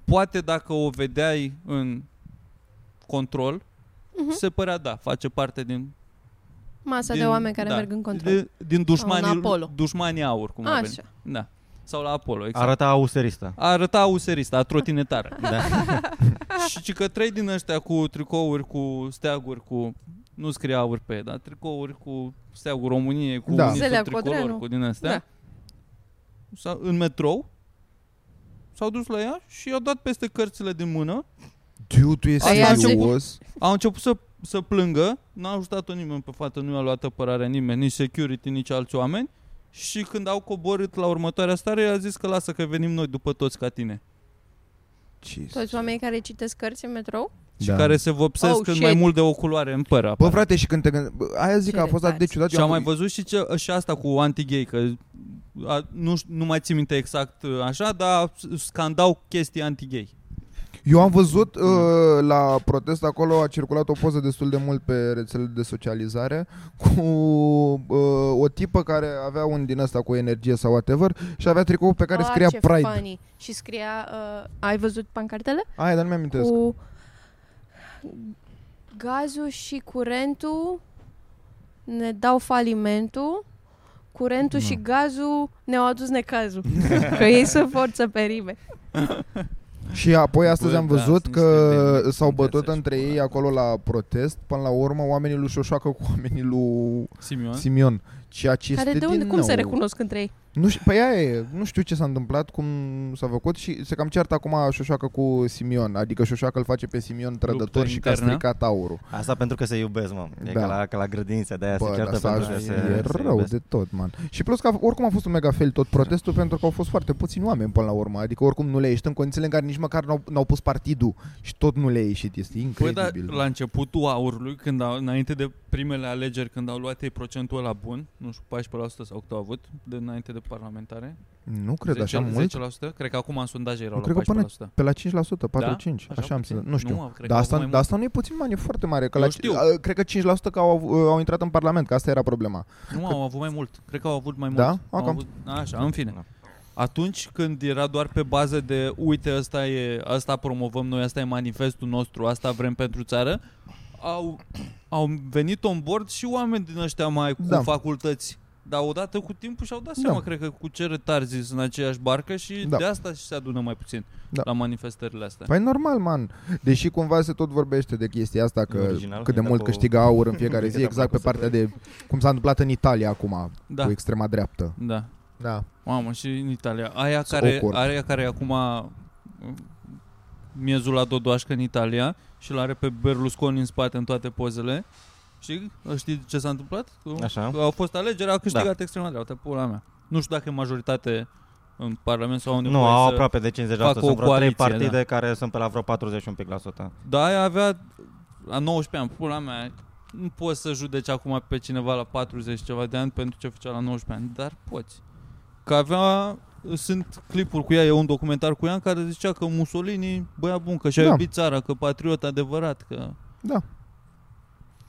poate dacă o vedeai în control,
Mhm.
se părea da, face parte din
Masa
din,
de oameni care
da,
merg în control.
De, din
Sau în
dușmanii,
Apollo.
dușmanii aur, cum ar veni.
Așa.
Da. Sau la Apollo, exact.
Arăta [LAUGHS] auserista.
Arăta userista, a
[LAUGHS]
trotinetară.
Da.
Și ci că trei din ăștia cu tricouri, cu steaguri, cu... Nu scrie aur pe ei, dar tricouri cu steagul României, cu
Da.
da. unisul
Zelea
tricolor,
Codreanu.
cu din astea. Da. În metrou, s-au dus la ea și i-au dat peste cărțile din mână
Tiu, tu ești
Aia zic.
serios?
Au început să, să plângă, n-a ajutat-o nimeni pe fată, nu i-a luat apărarea nimeni, nici security, nici alți oameni. Și când au coborât la următoarea stare, a zis că lasă că venim noi după toți ca tine.
Jesus.
Toți oamenii care citesc cărți în metrou?
Și
Da.
care se vopsesc
Oh,
oh,
shit.
mai mult de o culoare în păr.
Bă,
apare.
frate, și când te gând... bă, Aia zic
Ce
că a fost atât de
retarzi.
ciudat.
Și
eu
am mai văzut și, ce, și asta cu anti-gay, că a, nu, ș- nu mai țin minte exact uh, așa, dar s- scandau chestii anti-gay.
Eu am văzut uh, la protest acolo a circulat o poză destul de mult pe rețelele de socializare cu uh, o tipă care avea un din ăsta cu energie sau whatever și avea tricoul pe care
Ah,
scria
ce
Pride.
Funny. Și scria... Uh, ai văzut pancartele?
Aia, dar nu mi-am amintesc.
Cu gazul și curentul ne dau falimentul, curentul
Nu.
și gazul ne-au adus
[LAUGHS]
necazul. că ei sunt forță perime.
Și apoi astăzi
Bă,
am
da,
văzut
sunt
că
niște de-
s-au bătut
de-
între
de-
ei acolo la protest, până la urmă oamenii lui Șoșoacă cu oamenii lui
Simion. Sim-
Simion. Ceea ce
Care
este
de unde,
din
cum
nou...
se recunosc între ei?
Nu știu, păi aia e, nu știu ce s-a întâmplat, cum s-a făcut și se cam ceartă acum Șoșoacă cu Simion, adică Șoșoacă îl face pe Simion trădător și că a
internă.
stricat aurul.
Asta pentru că se iubesc, mă. E da.
Da.
ca, la, ca la grădințe, de-aia se
Bă,
ceartă
asta
pentru că
e,
se,
e
se
rău
iubesc.
de tot, man. Și plus că a- oricum a fost un mega fel tot protestul pentru că au fost foarte puțini oameni până la urmă, adică oricum nu le-a ieșit în condițiile în care nici măcar n-au, n-au pus partidul și tot nu le-a ieșit, este
Păi,
incredibil.
dar la începutul aurului, când au, înainte de primele alegeri, când au luat ei procentul ăla bun, nu știu, 14% sau cât au avut, de înainte de parlamentare,
Nu cred așa
10%,
mult.
10%, cred că acum în sondaje erau
Cred că
la 14%.
până Pe la 5%, 4-5,
Da? Așa
așa am
puțin?
să, nu știu.
Nu, cred că
Dar
au
asta,
mai
dar
mult.
asta nu e puțin, man, e foarte mare. Că
Eu
la,
știu.
a, Cred că 5% că au, au intrat în Parlament, că asta era problema.
Nu, au avut mai mult. Cred că au avut mai mult.
Da? Ah,
Au
cam.
avut, așa, în fine.
Da.
Atunci când era doar pe bază de uite, asta e, asta promovăm noi, asta e manifestul nostru, asta vrem pentru țară, au, au venit on board și oameni din ăștia mai cu
Da.
facultăți. Dar odată cu timpul și-au dat seama,
Da.
cred că cu ce retarzi sunt în aceeași barcă și
Da.
de asta și se adună mai puțin
Da.
la manifestările astea.
Păi normal, man. Deși cumva se tot vorbește de chestia asta, că
E original,
cât de
e,
mult
dacă o-
câștigă aur în
[LAUGHS]
fiecare
Uite,
zi,
dacă
exact pe
dacă o să
partea de cum s-a întâmplat în Italia acum,
Da,
cu extrema dreaptă.
da.
Da.
Mamă, și în Italia. Aia
Sau
care,
Ocord.
aia care e acum mm, miezul la dodoașcă în Italia și l-are pe Berlusconi în spate în toate pozele. Și știi ce s-a întâmplat? Că
Așa.
Au fost alegeri, a câștigat da. extrema dreaptă, pula mea. Nu știu dacă e majoritate în Parlament sau unde
Nu,
voie
au
să...
aproape de 50%. Sunt
facă
vreo
o
trei
coaliție,
partide
da.
care sunt pe la vreo 41 pic la sută.
Dar aia avea la 19 ani, pula mea, nu poți să judeci acum pe cineva la 40 ceva de ani pentru ce făcea la 19 ani, dar poți. Că avea, sunt clipuri cu ea, e un documentar cu ea în care zicea că Mussolini, băia bun, că și-a
Da.
da. iubit țara, că patriot adevărat, că...
Da.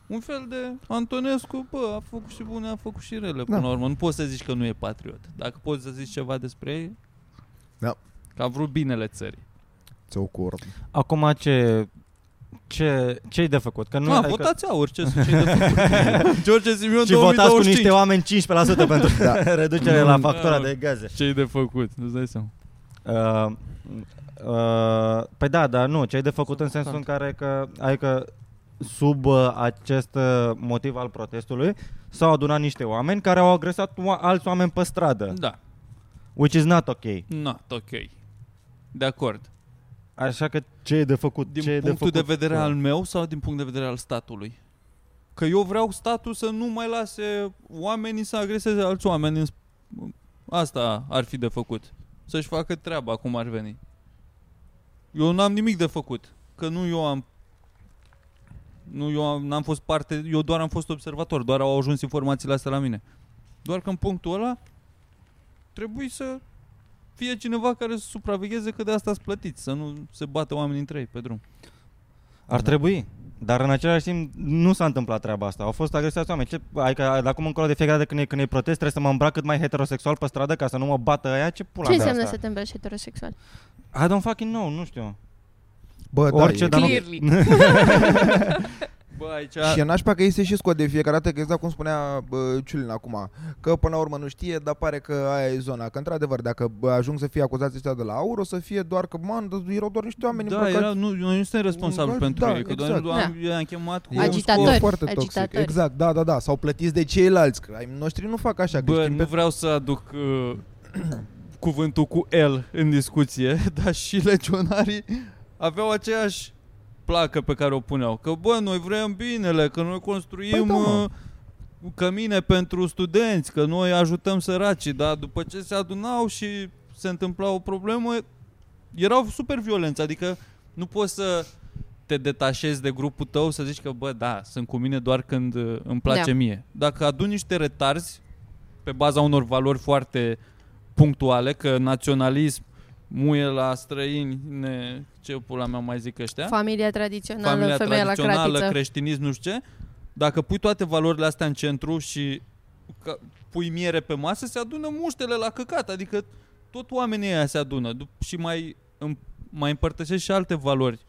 Un fel de Antonescu, bă, a făcut și bune, a făcut și rele, până
Da.
la urmă. Nu poți să zici că nu e patriot. Dacă poți să zici ceva despre ei,
Da.
că a vrut binele țării.
Ți ocur.
Acum ce... Ce, ce-i de făcut? Că nu, adică-
Nu, a, Ah, votați aur, ce să ce de
[LAUGHS]
făcut? George Simion
și votați cu
2025.
niște oameni 15%
[LAUGHS]
pentru
Da.
reducere la
Mm.
factura
Da.
de gaze.
Ce-i de făcut? Nu-ți dai seama.
Uh, uh, păi da, dar nu, ce ai de făcut în sensul în
Important.
care că, adică sub uh, acest uh, motiv al protestului s-au adunat niște oameni care au agresat o- alți oameni pe stradă,
Da,
which is not ok.
not ok. De acord.
Așa că ce ai de făcut?
Din
ce ai
ce punctul
de,
de,
făcut? Da.
vedere al meu sau din punct de vedere al statului? Că eu vreau statul să nu mai lase oamenii să agreseze alți oameni. în sp- Asta ar fi de făcut. Să-și facă treaba cum ar veni. Eu n-am nimic de făcut. Că nu eu am... Nu, eu am, n-am fost parte, eu doar am fost observator, doar au ajuns informațiile astea la mine. Doar că în punctul ăla trebuie să fie cineva care să supravegheze că de asta îți plătiți, să nu se bată oamenii între ei pe drum.
Ar trebui. Dar în același timp nu s-a întâmplat treaba asta. Au fost agresați oameni. Ce, adică de acum încolo de fiecare dată când e, când e protest trebuie să mă îmbrac cât mai heterosexual pe stradă ca să nu mă bată aia? Ce pula
Ce
mea
înseamnă să
asta?
te îmbraci heterosexual?
I don't fucking know, nu știu.
Bă,
Orice,
da,
dar nu-
e-
Clearly.
Bă, aici...
Și e nașpa că ei se și scot de fiecare dată, că exact cum spunea bă, Ciulin acum, că până la urmă nu știe, dar pare că aia e zona. Că într-adevăr, dacă bă, ajung să fie acuzați ăștia de la aur, o să fie doar că, man, d- erau doar niște oameni
da,
îmbrăcați
era, nu, noi nu suntem responsabili
Da,
pentru ei, că
exact.
doar doar
Da.
i-am chemat cu...
E un
Agitatori,
scop foarte toxic.
agitatori.
Exact, da, da, da. Sau plătiți de ceilalți. Că ai noștri nu fac așa. că
Bă,
știm
nu
Exact, pe...
vreau să aduc uh, [LAUGHS] cuvântul cu L în discuție, dar și legionarii aveau aceeași placă pe care o puneau. Că, bă, noi vrem binele, că noi construim
Păi da, mă.
uh, cămine pentru studenți, că noi ajutăm săracii, dar după ce se adunau și se întâmpla o problemă, erau super violenți, adică nu poți să te detașezi de grupul tău să zici că, bă, da, sunt cu mine doar când uh, îmi place
Da.
mie. Dacă aduni niște retarzi pe baza unor valori foarte punctuale, că naționalism, muie la străini, ne, ce pula mea mai zic
Da?
ăștia,
Familia tradițională, femeia la cratiță.
creștinism, nu știu ce, dacă pui toate valorile astea în centru și ca- pui miere pe masă, se adună muștele la căcat, adică tot oamenii ăia se adună dup- și mai, îm- mai împărtășești și alte valori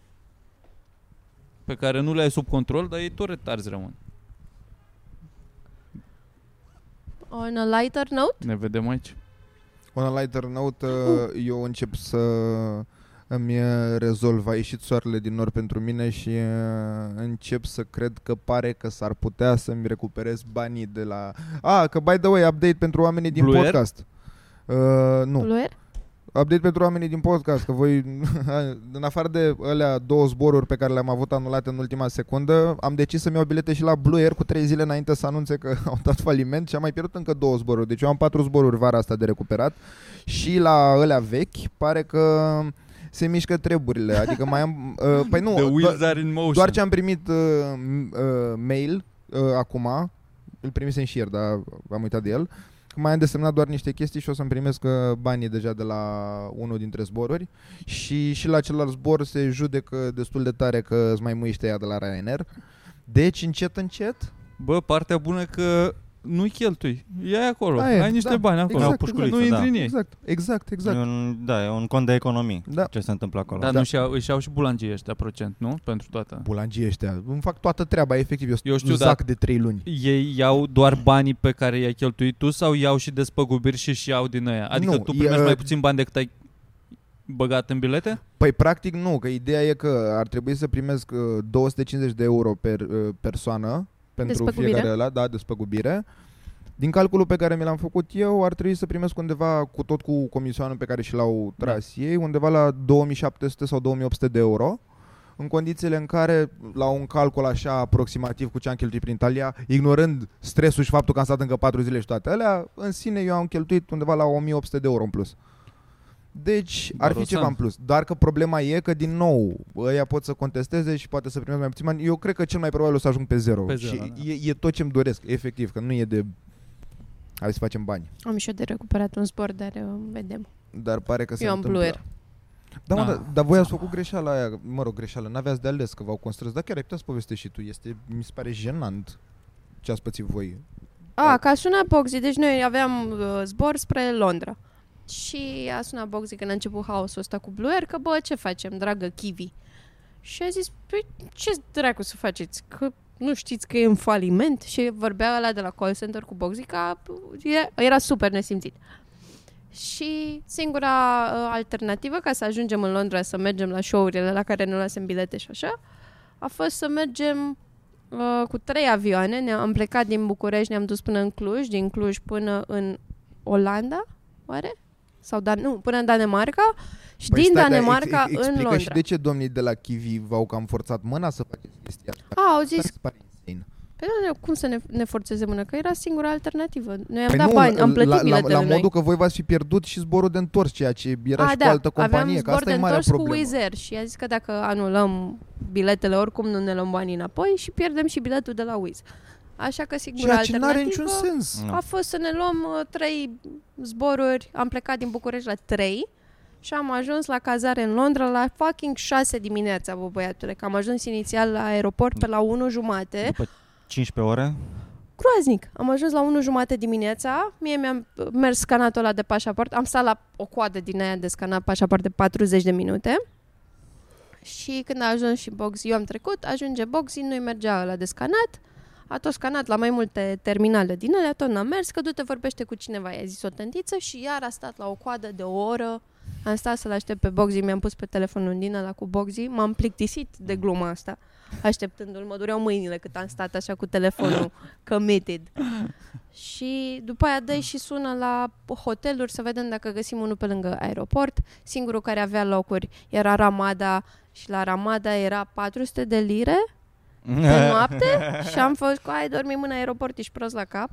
pe care nu le ai sub control, dar ei tot retarzi rămân.
On a lighter note?
Ne vedem aici.
On a lighter note, uh. eu încep să îmi uh, rezolv. A ieșit soarele din nor pentru mine și uh, încep să cred că pare că s-ar putea să-mi recuperez banii de la... Ah, că by the way, update pentru oamenii din
Blue Air?
podcast. Uh, nu.
Bluer?
Update pentru oamenii din podcast, că voi, [LAUGHS] în afară de alea două zboruri pe care le-am avut anulate în ultima secundă, am decis să-mi iau bilete și la Blue Air cu trei zile înainte să anunțe că [LAUGHS] au dat faliment și am mai pierdut încă două zboruri. Deci eu am patru zboruri vara asta de recuperat și la alea vechi pare că se mișcă treburile. Adică mai am... [LAUGHS] Uh, păi nu,
The
doar-
wheels are in motion.
doar ce am primit uh, m- uh, mail uh, acum, îl primisem și ieri, dar am uitat de el, că mai am desemnat doar niște chestii și o să-mi primesc uh, banii deja de la unul dintre zboruri și și la celălalt zbor se judecă destul de tare că îți mai muiște ea de la Ryanair. Deci încet, încet,
Bă, partea bună că nu-i cheltui. Ia acolo.
Aia e,
ai niște
da.
bani acolo.
Exact,
Au pușculiță,
exact.
nu intri în ei.
exact, exact, exact.
da. E un, da, e un cont de economii.
Da.
Ce se întâmplă acolo.
Dar
Da.
nu și au, își au și bulangii ăștia procent, nu? Pentru toată.
Bulangii ăștia, îmi fac toată treaba, efectiv, eu,
Eu știu,
zac de 3 luni.
Ei iau doar banii pe care i-ai cheltuit tu sau iau și despăgubiri și și iau din aia? Adică
Nu,
tu
e,
primești
uh,
mai puțin bani decât ai băgat în bilete?
Păi practic nu, că ideea e că ar trebui să primesc uh, 250 de euro per uh, persoană pentru
Despăgubire.
fiecare ăla, da, despăgubire. Din calculul pe care mi l-am făcut eu, ar trebui să primesc undeva cu tot cu comisioanul pe care și l-au tras ei, undeva la 2700 sau 2800 de euro. În condițiile în care, la un calcul așa aproximativ cu ce am cheltuit prin Italia, ignorând stresul și faptul că am stat încă 4 zile și toate alea, în sine eu am cheltuit undeva la 1800 de euro în plus. Deci ar fi
Barosan.
ceva în plus. Doar că problema e că, din nou, ăia pot să contesteze și poate să primească mai puțin bani. Eu cred că cel mai probabil o să ajung pe zero.
Pe
și
zero, da.
e, e tot ce-mi doresc, efectiv, că nu e de... Hai să facem bani.
Am și eu de recuperat un spor, dar uh, vedem.
Dar pare că se
Eu am
întâmplă.
Blue Air.
Da, mă,
Ah.
da, dar voi ați făcut greșeala aia, mă rog, greșeală, n-aveați de ales că v-au constrâns, dar chiar ai putea să povestești și tu, este, mi se pare jenant ce ați pățit voi.
A, că a sunat Boxy, deci noi aveam uh, zbor spre Londra. Și a sunat Boxy când a început haosul ăsta cu Blue Air, că bă, ce facem, dragă Kiwi? Și a zis, păi ce dracu să faceți? Că nu știți că e în faliment? Și vorbea ăla de la call center cu Boxy că e- era super nesimțit. Și singura uh, alternativă ca să ajungem în Londra să mergem la show-urile la care ne luasem bilete și așa, a fost să mergem uh, cu trei avioane. Ne-am plecat din București, ne-am dus până în Cluj, din Cluj până în Olanda, oare? Sau Dan- nu, până în Danemarca și din
Păi stai, dar
Danemarca
ex- ex-
în
explică
Londra.
și de ce domnii de la Kiwi v-au cam forțat mâna să faceți chestia asta.
A, au
Mi
zis,
se pare insane.
pe noi Păi da, cum să ne, ne forțeze mână? Că era singura alternativă. Noi am
Păi
dat
nu,
Da, bani, am
la,
plătit
la,
biletele
la
noi.
modul că voi v-ați fi pierdut și zborul de întors, ceea ce era
A,
și
da,
cu altă companie,
aveam
că
zbor
asta
de
e marea
întors
problemă.
cu Wizz Air și a zis că dacă anulăm biletele, oricum nu ne luăm banii înapoi și pierdem și biletul de la Wizz. Așa că singura
Ceea ce
alternativă
n-are niciun sens.
Nu.
a fost să ne luăm uh, trei zboruri. Am plecat din București la trei și am ajuns la cazare în Londra la fucking 6 dimineața, bă băiatule, că am ajuns inițial la aeroport pe la 1 jumate.
După 15 ore,
groaznic. Am ajuns la 1 jumate dimineața, mie mi-am uh, mers scanatul ăla de pașaport, am stat la o coadă din aia de scanat pașaport de 40 de minute și când a ajuns și box, eu am trecut, ajunge boxy, nu-i mergea la de scanat, a tot scanat la mai multe terminale din ele, tot n-a mers, că du-te vorbește cu cineva, i-a zis o tentiță și iar a stat la o coadă de o oră, am stat să-l aștept pe Boxy, mi-am pus pe telefonul din ăla cu Boxy, m-am plictisit de gluma asta. așteptându-l. Mă dureau mâinile cât am stat așa cu telefonul committed. [LAUGHS] Și după aia dă și sună la hoteluri să vedem dacă găsim unul pe lângă aeroport. Singurul care avea locuri era Ramada și la Ramada era 400 de lire pe noapte și am fost cu ai dormim în aeroport, ești prost la cap.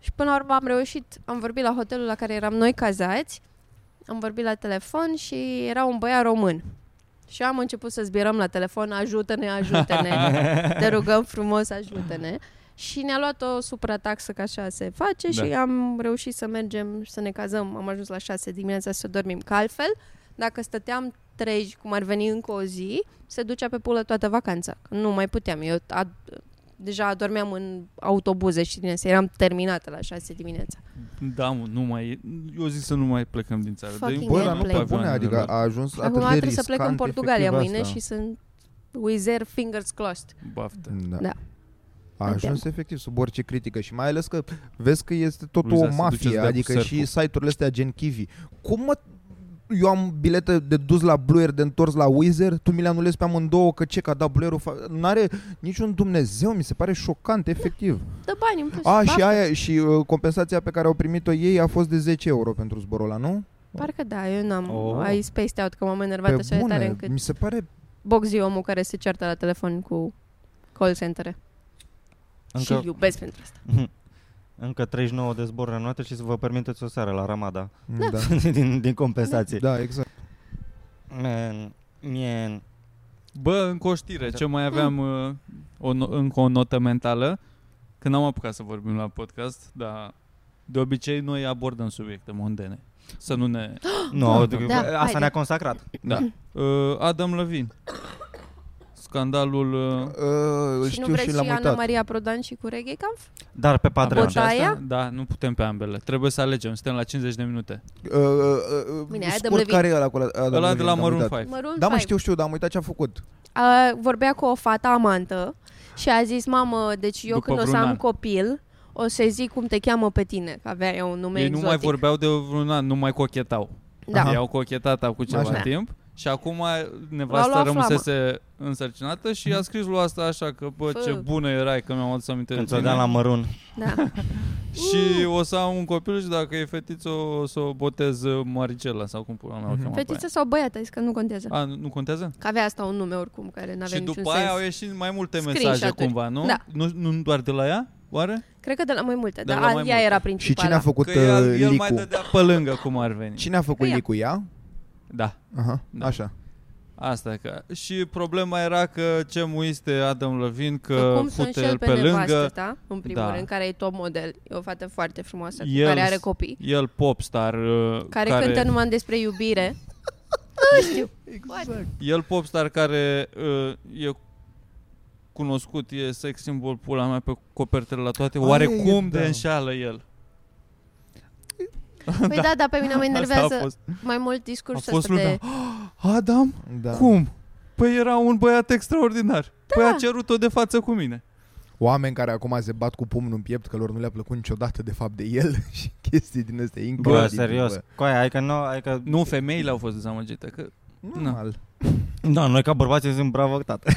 Și până la urmă am reușit, am vorbit la hotelul la care eram noi cazați, am vorbit la telefon și era un băiat român. Și am început să zbierăm la telefon, ajută-ne, ajută-ne, te rugăm frumos, ajută-ne. Și ne-a luat o suprataxă, că așa se face,
Da.
și am reușit să mergem, să ne cazăm. Am ajuns la 6 dimineața să dormim, că altfel, dacă stăteam trei, cum ar veni încă o zi, se ducea pe pulă toată vacanța. Că Nu mai puteam. Eu a, deja dormeam în autobuze și din astea. Eram terminată la 6 dimineața.
Da, mă, nu mai e. Eu zic să nu mai plecăm din țară. Dă-i
Fucking
un
Bă,
Bine,
dar nu
plec.
pe bune,
Păi,
adică
da.
a ajuns
Și
atât
acum
de
trebuie să plec în
riscant,
Portugalia
efectiv,
mâine
asta.
și sunt with their fingers crossed.
Baftă.
Da.
Da.
A ajuns efectiv sub orice critică și mai ales că vezi că este tot
Luiza,
o
să duceți
mafie,
de-a cu
adică și
surf-ul.
site-urile astea gen Kiwi. Cum mă eu am bilete de dus la Blue Air, de întors la Wizard, tu mi le anulezi pe amândouă că ce, că a dat Blue Air-ul, fa- n-are niciun Dumnezeu, mi se pare șocant, efectiv.
Dă bani în plus.
A, și
Baftă.
aia, și uh, compensația pe care au primit-o ei a fost de 10 euro pentru zborul ăla, nu?
Parcă da, eu n-am.
Oh.
Oh. Ai spaced out că m-am enervat așa de tare încât...
mi se pare
Boxy omul care se ceartă la telefon cu call center și
încă,
îl iubesc pentru asta.
încă 39 de zboruri în noapte și să vă permiteți o seară la Ramada [LAUGHS]
da.
din, din compensație.
da, exact.
Man,
[GASPS]
man.
Bă, încă o
Da.
știre. Ce mai aveam uh, o no- încă o notă mentală. Că n-am apucat să vorbim la podcast, dar de obicei noi abordăm subiecte mondene. Să nu ne...
Nu,
Da,
da, asta
da, haide.
ne-a consacrat.
Da. Uh, Adam Levin. Scandalul... Uh,
Uh, îl
și nu
știu
vrei
și
și,
l-am
Ana
uitat.
Maria Prodan și cu Reggae Camp?
Dar pe Patreon.
și asta-
Bătaia?
Da, nu putem pe ambele. Trebuie să alegem. Suntem la 50 de minute.
Uh, uh, uh,
Bine, Adam
scurt,
Levine.
care e ăla cu ăla? Adam
Ăla de
Levine,
la
am
Maroon
uitat.
5.
Maroon
Da, mă,
5.
știu, știu, dar am uitat ce a făcut.
A, vorbea cu o fată amantă și a zis, mamă, deci eu
După
când o să
vreun
am
an."
copil, o să-i zic cum te cheamă pe tine, că avea eu un nume
Ei
exotic.
nu mai vorbeau de vreun an, nu mai cochetau.
Da.
Ei au cochetat acum ceva
Așa.
timp și acum
luat
nevasta
flama.
rămăsese însărcinată și a scris lui asta așa că bă,
Fă.
ce bună erai că mi-am adus aminte
Când
de
ți-o dea la
tine.
mărun.
da.
Și
Uh.
o să am un copil și dacă e fetiță o să o botez uh, Maricela sau cum pula mea o
Mhm.
cheamă pe
Fetiță sau băiat, a zis că nu contează.
aia. A, nu nu contează?
Că avea asta un nume oricum care n-avea
și
niciun
după
sens.
aia au ieșit mai multe mesaje
Screenshot-uri.
cumva, nu?
Da.
Nu, nu doar de la ea? Oare?
Cred că de la mai multe,
De
dar
la
a-
mai
ea
multe.
era
Și
principala.
cine a făcut
Că el,
uh,
el mai
Licu?
dădea pe lângă cum ar veni.
Cine a făcut
Ea.
Licu? Ea?
Da.
Aha,
Da.
așa.
Asta că. Și problema era că ce muiste Adam Levin că,
Că cum să
fute
înșel
el
pe,
pe
nevastă
lângă,
ta, în primul
Da.
rând, care e top model. E o fată foarte frumoasă, cu
El-
care are copii.
el popstar uh,
Care,
care
cântă numai despre iubire. nu știu.
el popstar care uh, e cunoscut, e sex symbol pula mea pe copertele la toate.
Aia
Oare
e,
cum
da.
de înșeală el?
Păi da, dar pe mine mă
Asta a
enervează
fost,
mai mult
a
discursul
fost
ăsta
lumea.
de...
De... [GASPS] Adam?
Da.
Da. Cum? Păi era un băiat extraordinar. Da. Păi a cerut-o de față cu mine.
Oameni care acum se bat cu pumnul în piept că lor nu le-a plăcut niciodată de fapt de el [LAUGHS] și chestii din astea incredibil.
Bă, serios. Coaia, adică nu, adică...
Nu, femeile au fost dezamăgite. Că...
Normal.
Da, noi ca bărbații sunt bravo [LAUGHS] tată.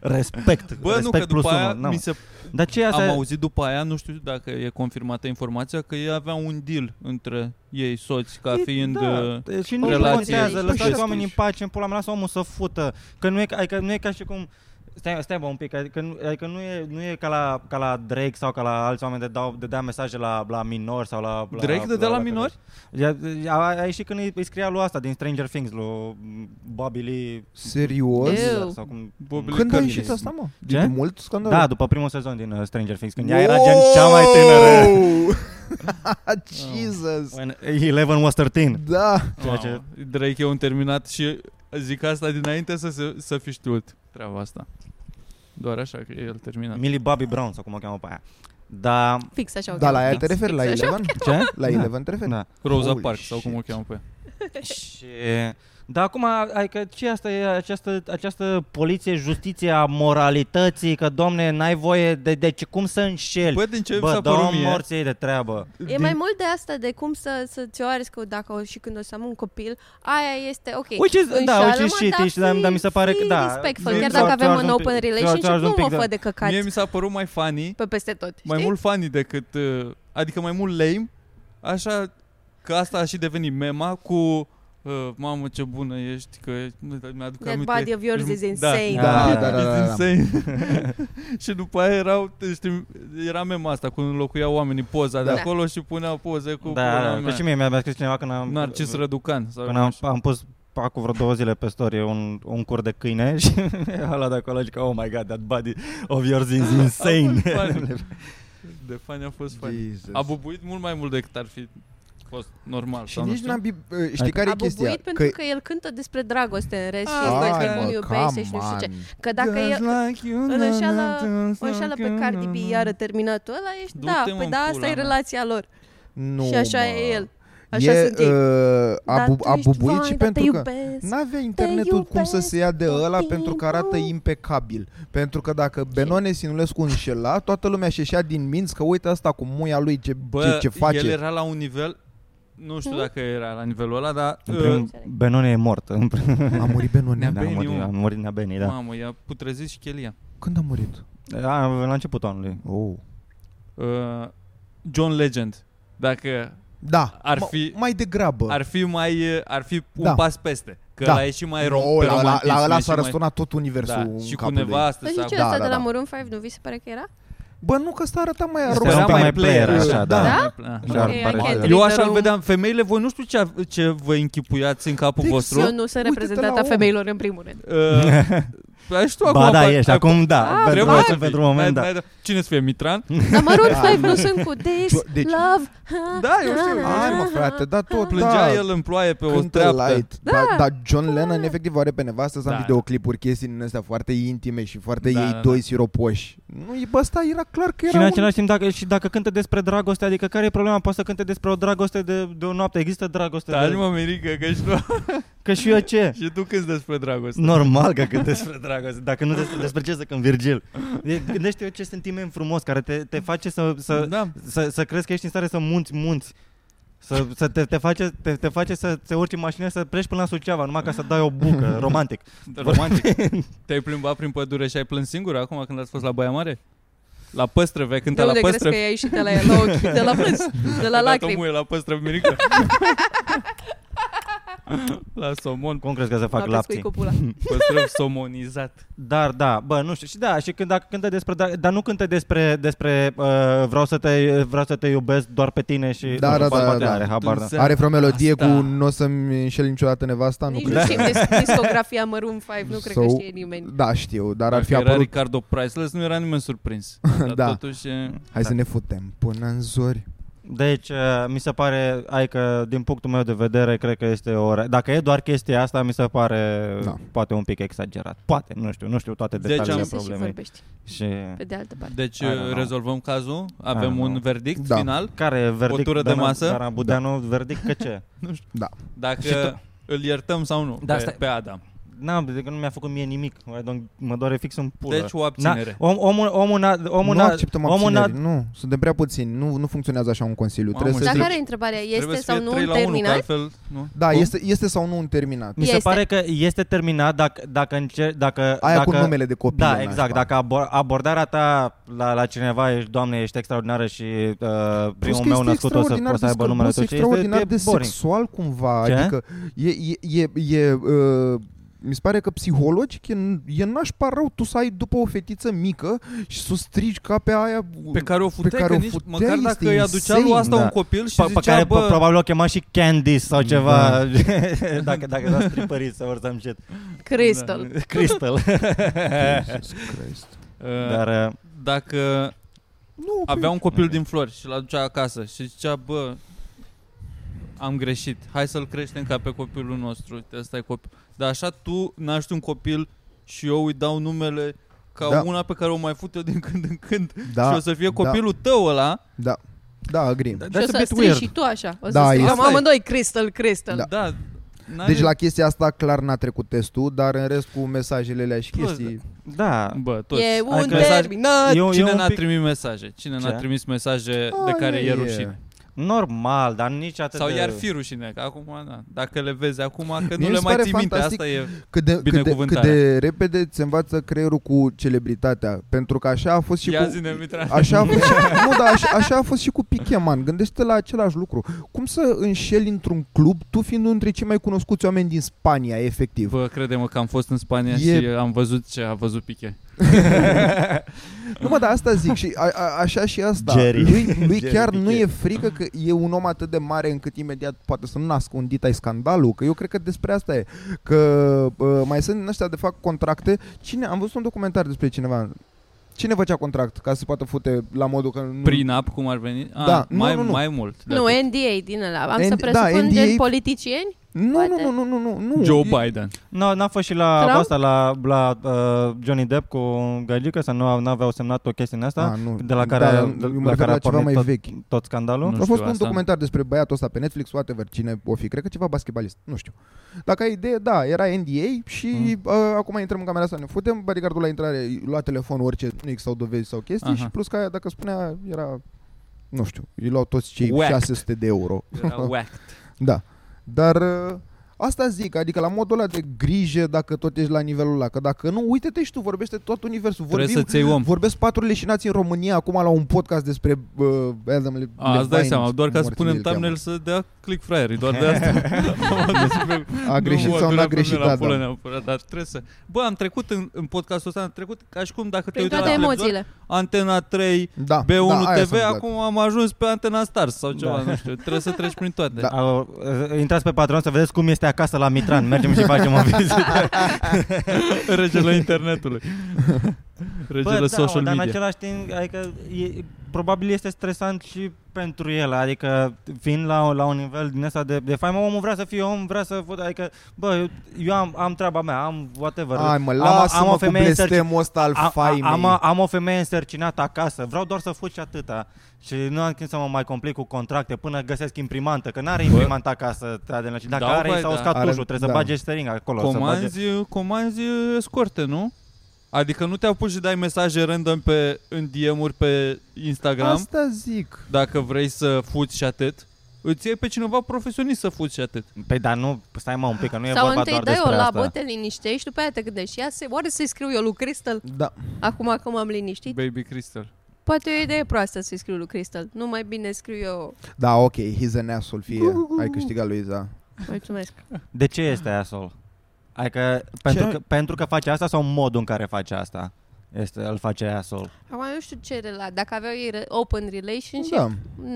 Respect.
Bă,
respect
nu, că
plus
după aia
unu.
mi se
Dar ce e asta?
Am auzit după aia, nu știu dacă e confirmată informația, că ei aveau un deal între ei soți, ca fiind...
da,
Da.
și nu
relație
contează,
și
lăsați
deschiși.
oamenii în pace, în pula mea, lasă omul să fută, că nu e, ca- adică, nu e ca și cum Stai, stai bă, un pic, adică, nu- adică nu, e, nu e ca la, ca la Drake sau ca la alți oameni de dau, de dea mesaje la, la minori sau la... la
Drake dădea la minori?
Ia- A, a, ieșit când îi, îi scria lui asta din Stranger Things, lui Bobby Lee...
Serios?
Eu.
Miller sau cum,
Bobby Lee
Când a
Cămin.
ieșit asta, mă?
Ce?
De mult scandal?
Da, după primul sezon din uh, Stranger Things, când ea era gen cea mai tânără.
[LAUGHS]
Oh.
Jesus!
When 11 was 13.
Da!
Ceea ce-
Wow. Drake e un terminat și zic asta dinainte să, se, să fi știut treaba asta. Doar așa că e el terminat.
Millie Bobby Brown sau cum o cheamă pe aia. Da,
Fix așa. o
Da,
cheamă,
la ea
fix,
te referi,
fix
la
așa.
Eleven?
ce?
Păi,
La Eleven te referi?
Da.
Rosa
Holy
Parks sau cum o
shit.
cheamă pe ea.
Și
Dar acum, adică, ce asta e această, această poliție, justiția moralității, că, domne, n-ai voie de, de ce, cum să înșeli?
Bă, din Păi, ce mi
Bă,
s-a părut
dă
mie,
morții de treabă.
E mai mult de asta, de cum să, să ți-o arzi că dacă o, și când o să am un copil, aia este, ok,
Uite, da,
înșală-mă,
uite, shitty, și dar, dar mi se pare că, da.
respectful,
mi-
chiar
ți-o-
dacă avem
ți-o
un
arzi
open
pic- ți-o- ți-o
relationship,
arzi un
nu
pic da.
mă
de-
fă de căcat
mie mi s-a părut mai funny,
pe peste tot,
mai
Păi știi?
mult funny decât, uh, adică mai mult lame, așa că asta a și devenit mema cu uh, mamă ce bună ești, că mi-aduc
That
aminte.
body of yours is insane.
Da, da, da, da, da.
It's insane. [LAUGHS] și după aia erau, știi, era mema asta cu înlocuiau oamenii poza
Da.
de acolo și puneau poze cu
Da,
pula
că
mea.
și mie mi-a mi-a scris cineva când am...
Narcis Răducan. Sau
Când am, am pus acum vreo două zile pe story un, un cur de câine [LAUGHS] și a luat de acolo și că, oh my god, that body of yours
[LAUGHS]
is insane.
[LAUGHS]
De fani a fost fani.
Jesus.
A bubuit mult mai mult decât ar fi fost normal.
Și
sau nu
nici
știu.
n-am... bi- uh, Știi care e
a bubuit
chestia?
pentru că... el cântă despre dragoste în rest și
Asta
Hai,
e că
despre
mă,
cum iubește și nu știu
come
ce.
on.
Că dacă
Girls
el
like you,
îl
na,
înșeală-
na, na,
o înșeală pe
na,
Cardi
na,
B,
na.
iară terminatul ăla, ești,
Du-te,
da,
mă,
păi
în
da, asta
pula
e
mea.
relația lor.
Nu,
și așa
mă.
e el. Așa
e,
sunt ei.
uh, a,
Dar
bu-
tu
a
ești,
bubuit
vai,
și
dar te
pentru că
iubesc.
N-avea internetul cum să se ia de ăla pentru că arată impecabil. Pentru că dacă Benone Sinulescu înșela, toată lumea și ieșea din minți că uite asta cu muia lui ce,
Bă,
ce, ce face.
el era la un nivel, nu știu
Hmm?
dacă era la nivelul ăla, dar...
În
uh,
primul, Benone e mort. În primul,
A murit Benone.
Ne-a-
da, a murit,
mă.
a murit Nea Beni, da.
Mamă, i-a putrezit și chelia.
Când a murit?
A, la începutul anului.
Oh.
Uh, John Legend. Dacă
Da,
Ar
ma-
fi-
mai degrabă.
ar fi mai uh, ar fi un
Da.
pas peste, că
Da.
da. la ieși mai rom,
Oh,
pe
la, la,
romantism,
la ăla
ieși
s-a
mai-
răsturnat tot universul
da.
în
și cu
capul
nevasta
lui.
Păi
asta
și ce
Da,
ăsta
da,
de
da.
la Maroon 5 nu vi se pare că era?
Bă, nu că ăsta arăta mai
Este
rost.
un pic mai player, așa, da.
Da?
Da,
Ok,
îmi
I
pare
can't
că-
read
Eu
the
așa îl
room.
vedeam, femeile voi nu știu ce, av- ce vă închipuiați în capul
Deci
vostru.
Eu
[LAUGHS]
nu sunt
Uite-te la
reprezentata
om.
femeilor în primul rând.
Uh, ai și tu acum
Ba da,
apar-
ești,
ai-
acum da.
Ah,
Pentru,
Trebuie să
pentru, pentru
fii.
moment, da. Ah,
N-ai- n-ai- Cine să fie Mitran?
Dar Maroon
Da.
5 nu sunt cu this,
Deci-
love,
Da, eu știu.
Ah.
Hai mă frate, da tot,
Plângea
da.
el în ploaie pe o
Cântă
treaptă.
light. Da. Dar da, John Lennon efectiv are pe nevastă să am
Da.
videoclipuri, chestii din astea foarte intime și foarte
Da,
ei
da, da.
doi siropoși. Nu, e- bă, asta era clar
Și
că era
în
un...
același timp, dacă, și dacă cântă despre dragoste, adică care e problema? Poate să cânte despre o dragoste de, de o noapte. Există dragoste
Dar
de...
Da, mă mirică că și tu, [LAUGHS]
Că și eu ce?
și tu câți despre dragoste.
Normal că cânt despre dragoste, dacă nu despre, despre ce să cânt Virgil. E- Gândește-te ce sentiment frumos care te, te face să, să,
Da.
să, să crezi că ești în stare să munți, munți. Să, să te, te, face, te, te face să te urci în mașină să pleci până la Suceava, numai ca să dai o bucă, romantic.
Romantic.
[LAUGHS]
Te-ai plimbat prin pădure și ai plâns singur acum când ați fost la Baia Mare? La păstrăve, când
de
la
unde crezi că
păstrăve.
i-a ieșit de la el, la ochi, de la plâns, de la lacrimi.
Omul e la păstrăve mirică. [LAUGHS] la somon,
Cum crezi că se fac
La pescuit
lapții?
cu pula.
păstrăv somonizat.
Dar da, bă, nu știu. Și da, și când dacă cântă despre dra- dar nu cântă despre despre uh, vreau să te vreau să te iubesc doar pe tine și
Da,
nu,
da, da,
poate
da, da.
are, habar da.
Are vreo melodie
Asta.
cu nu o să-mi înșel niciodată nevasta? Nu
Nici
cred.
nu
că-
știm dis- discografia Maroon 5, nu cred că
So-
știe nimeni.
[LAUGHS] Da, știu, dar ar fi
Dacă era
apărut...
Ricardo Priceless, nu era nimeni
[LAUGHS]
surprins. Dar
Da.
totuși e...
Hai să ne futem până în zori.
Deci, uh, mi se pare, ai că din punctul meu de vedere, cred că este o... re- Dacă e doar chestia asta, mi se pare
Da.
da. poate un pic exagerat. Poate, nu știu, nu știu toate
Deci
detaliile
am-
deci
Ce să și
problemei.
vorbești,
Și
pe de altă parte.
Deci
I don't know.
rezolvăm cazul,
I don't
avem un
know.
verdict
Da.
final.
care e verdict?
tură de
Dana-
masă?
Dana Budeanu, da. verdict că ce?
Da.
Și
Dacă
tu-
îl iertăm sau nu
Da,
pe,
stai.
pe Adam.
N-am, adică nu mi-a făcut mie nimic. I don't- Mă doare fix în pulă.
Deci o abținere.
Om, omul, omul, n-a- omul,
nu
n-a-
acceptăm
omul,
abțineri,
n-a-
nu. Suntem prea puțini, nu, nu funcționează așa un consiliu.
Mamă,
Trebuie să
Dar
zici-
care e întrebarea? Este
Trebuie să
sau
fie
nu
3
un
la 1, că
terminat?
altfel nu.
Da,
Cum?
este, este sau nu un terminat.
mi se
Este.
pare că este terminat dacă, dacă, încerci, dacă,
Aia
dacă
cu numele de copii.
Da,
în
exact.
nașpa.
Dacă abor- abordarea ta la, la cineva ești, doamne, ești extraordinară și uh,
Plus
primul
că
meu
este
născut o să,
extraordinar
o să
de
aibă numele
scârbos,
tău. și
extraordinar
este,
de
e boring.
sexual cumva,
Ce?
adică e, e, e, e uh, mi se pare că psihologic e, e nașpa rău tu să ai după o fetiță mică și să o strigi ca pe aia uh,
pe care o futeai,
care
că
o
nici,
futeai
măcar
este
dacă îi aducea
insane,
lui asta
da.
un copil și
Pe,
zicea,
pe care
bă,
bă, probabil o chema și Candice sau ceva, [LAUGHS]
Da.
dacă, dacă da stripărit sau oricum shit.
Crystal.
Da. [LAUGHS]
[LAUGHS]
Crystal.
Jesus Christ.
uh,
Dar uh,
dacă
Nu, păi-
avea un copil
Ok.
din flori și l aducea acasă și zicea, bă, am greșit, hai să-l creștem ca pe copilul nostru, uite, ăsta e copil. Dar așa tu naști un copil și eu îi dau numele ca
Da.
da. una pe care o mai fut eu din când în când da.
da,
și o să fie copilul da. tău ăla.
da, da, agree.
Și o
that's a
să
bit
strigi
weird.
și tu așa. O să
Da,
strigăm
este-
amândoi Crystal, Crystal.
Da. N-are-
Deci la chestia asta clar n-a trecut testul, dar în rest cu mesajele alea și
Plus,
chestii...
Da.
Bă, toți.
E un
Adică-
terminat.
Eu,
Cine
eu
n-a
un pic
trimis mesaje? Cine
Ce?
n-a trimis mesaje de care
Ah,
e rușine?
normal, dar nici atât
Sau
de...
iar fi rușine, că acum, da. Dacă le vezi acum, că
mi
nu le
se
mai
pare
ții minte,
fantastic
asta e...
Cât de, cât, de, cât
Binecuvântarea.
de repede ți învață creierul cu celebritatea. Pentru că așa a fost și
Ia
cu...
zine, Mitra.
Așa
[LAUGHS]
a, fost, nu, dar așa, așa a fost și cu Picheman. Gândește-te la același lucru. Cum să înșeli într-un club, tu fiind unul dintre cei mai cunoscuți oameni din Spania, efectiv.
Bă, crede-mă că am fost în Spania
E-
și am văzut ce a văzut Piche.
Nu mă, dar asta zic și a, a, așa și asta.
Jerry.
Lui, lui
Jerry
chiar nu
Piquet.
e frică că e un om atât de mare încât imediat poate să nu nască un ditai scandalul, că eu cred că despre asta e. Că uh, mai sunt din ăștia de fac contracte. Cine am văzut un documentar despre cineva. Cine făcea contract ca să se poată fute la modul că nu
Prin app, cum ar veni? A,
Da, nu,
mai,
nu, nu.
mai mult. de
Nu,
atât.
NDA din ăla. Am
N-
să
da,
presupun
NDA
gen politicieni?
Nu,
Poate.
nu, nu, nu, nu, nu.
Joe
E-
Biden.
Nu, n-a fost și la
Trump?
asta, la, la uh, Johnny Depp cu Gagica, să nu au- n-aveau semnat o chestie în asta,
Ah, nu.
de la care,
Da, eu mă
de,
refer
la care
la
a
ceva
pornit
mai
tot,
vechi. Mm.
tot scandalul.
Nu
a fost
știu
un
asta.
documentar despre băiatul ăsta pe Netflix, whatever, cine o fi, cred că ceva basketbalist, nu știu. Dacă ai idee, da, era NDA și mm. uh, acum intrăm în camera asta, ne futem, bodyguardul la intrare lua telefon, orice, nu sau dovezi sau chestii
Aha.
Aha. și plus că aia, dacă spunea, era, nu știu, îi luau toți cei
Whacked.
600 de euro.
Era whacked.
Da. Dar uh, asta zic, adică la modul ăla de grijă dacă tot ești la nivelul ăla, că dacă nu, uite-te și tu, vorbește tot universul,
Trebuie
vorbim
să-ți iei om.
Vorbesc patru leșinați în România acum la un podcast despre uh, Adam Le-
A, Ah, îți dai
Levine,
seama, doar ca să
cum
punem
oricine îl
thumbnail să dea click fraierii, doar de asta. [LAUGHS] Am adus pe-
cheamă. [LAUGHS] A greșit
mă,
sau
durea
n-a
până
greșit da,
la
Adam?
pula neapărat, dar trebuie să... Bă, am trecut în, în podcastul ăsta, am trecut ca și cum dacă te
Prin
uiți la
toate
televizor,
emoțiile.
Antena 3,
Da,
B1
da, aia
TV,
sunt, da.
acum am ajuns pe Antena Stars sau ceva, nu știu, trebuie să treci prin toate.
Da.
A, eh, intrați pe Patreon să vedeți cum este acasă la
[LAUGHS]
Mitran. Mergem și facem o vizită.
[LAUGHS] Regele internetului. Regele
Bă, da, mă,
social
dar în
media.
același timp, adică, e, probabil este stresant și pentru el, adică fiind la, la un nivel din ăsta de, de faimă, omul vrea să fie om, vrea să văd, adică, bă, eu, eu am, am treaba mea, am whatever.
Ai mă,
Am-
lasă-mă cu
însărci-
blestemul ăsta al
a- a-
faimei.
am, am o femeie însărcinată acasă, vreau doar să fuci atâta și nu am timp să mă mai complic cu contracte până găsesc imprimantă, că n-are imprimantă acasă, Adrian, și dacă
Da,
are,
băi,
s-a
da.
uscat
Are-
tușul, trebuie
da.
să bage steringa acolo. să bage-
Comanzi, comanzi escorte, nu? Adică nu te apuci și dai mesaje random pe, în DM-uri pe Instagram
Asta zic.
dacă vrei să fuți și atât. Îți iei pe cineva profesionist să fuți și atât.
Păi dar nu, stai mă un pic, că nu e
Sau
vorba
întâi
doar
dai o
despre
labă,
asta.
te liniștești și după aia te gândești. Ia se, oare să-i scriu eu lui Crystal
Da.
acum că m-am liniștit?
Baby Crystal.
Poate e o idee proastă să-i scriu lui Crystal. Nu mai bine scriu eu.
Da, ok, he's an asshole, fie. Ai câștigat, Luiza.
Mulțumesc.
De ce este asol? Adică pentru că, pentru că face asta sau modul în care face asta? Este, îl face asol.
Acum nu știu ce rela. Dacă aveau ei re- open relationship,
Da.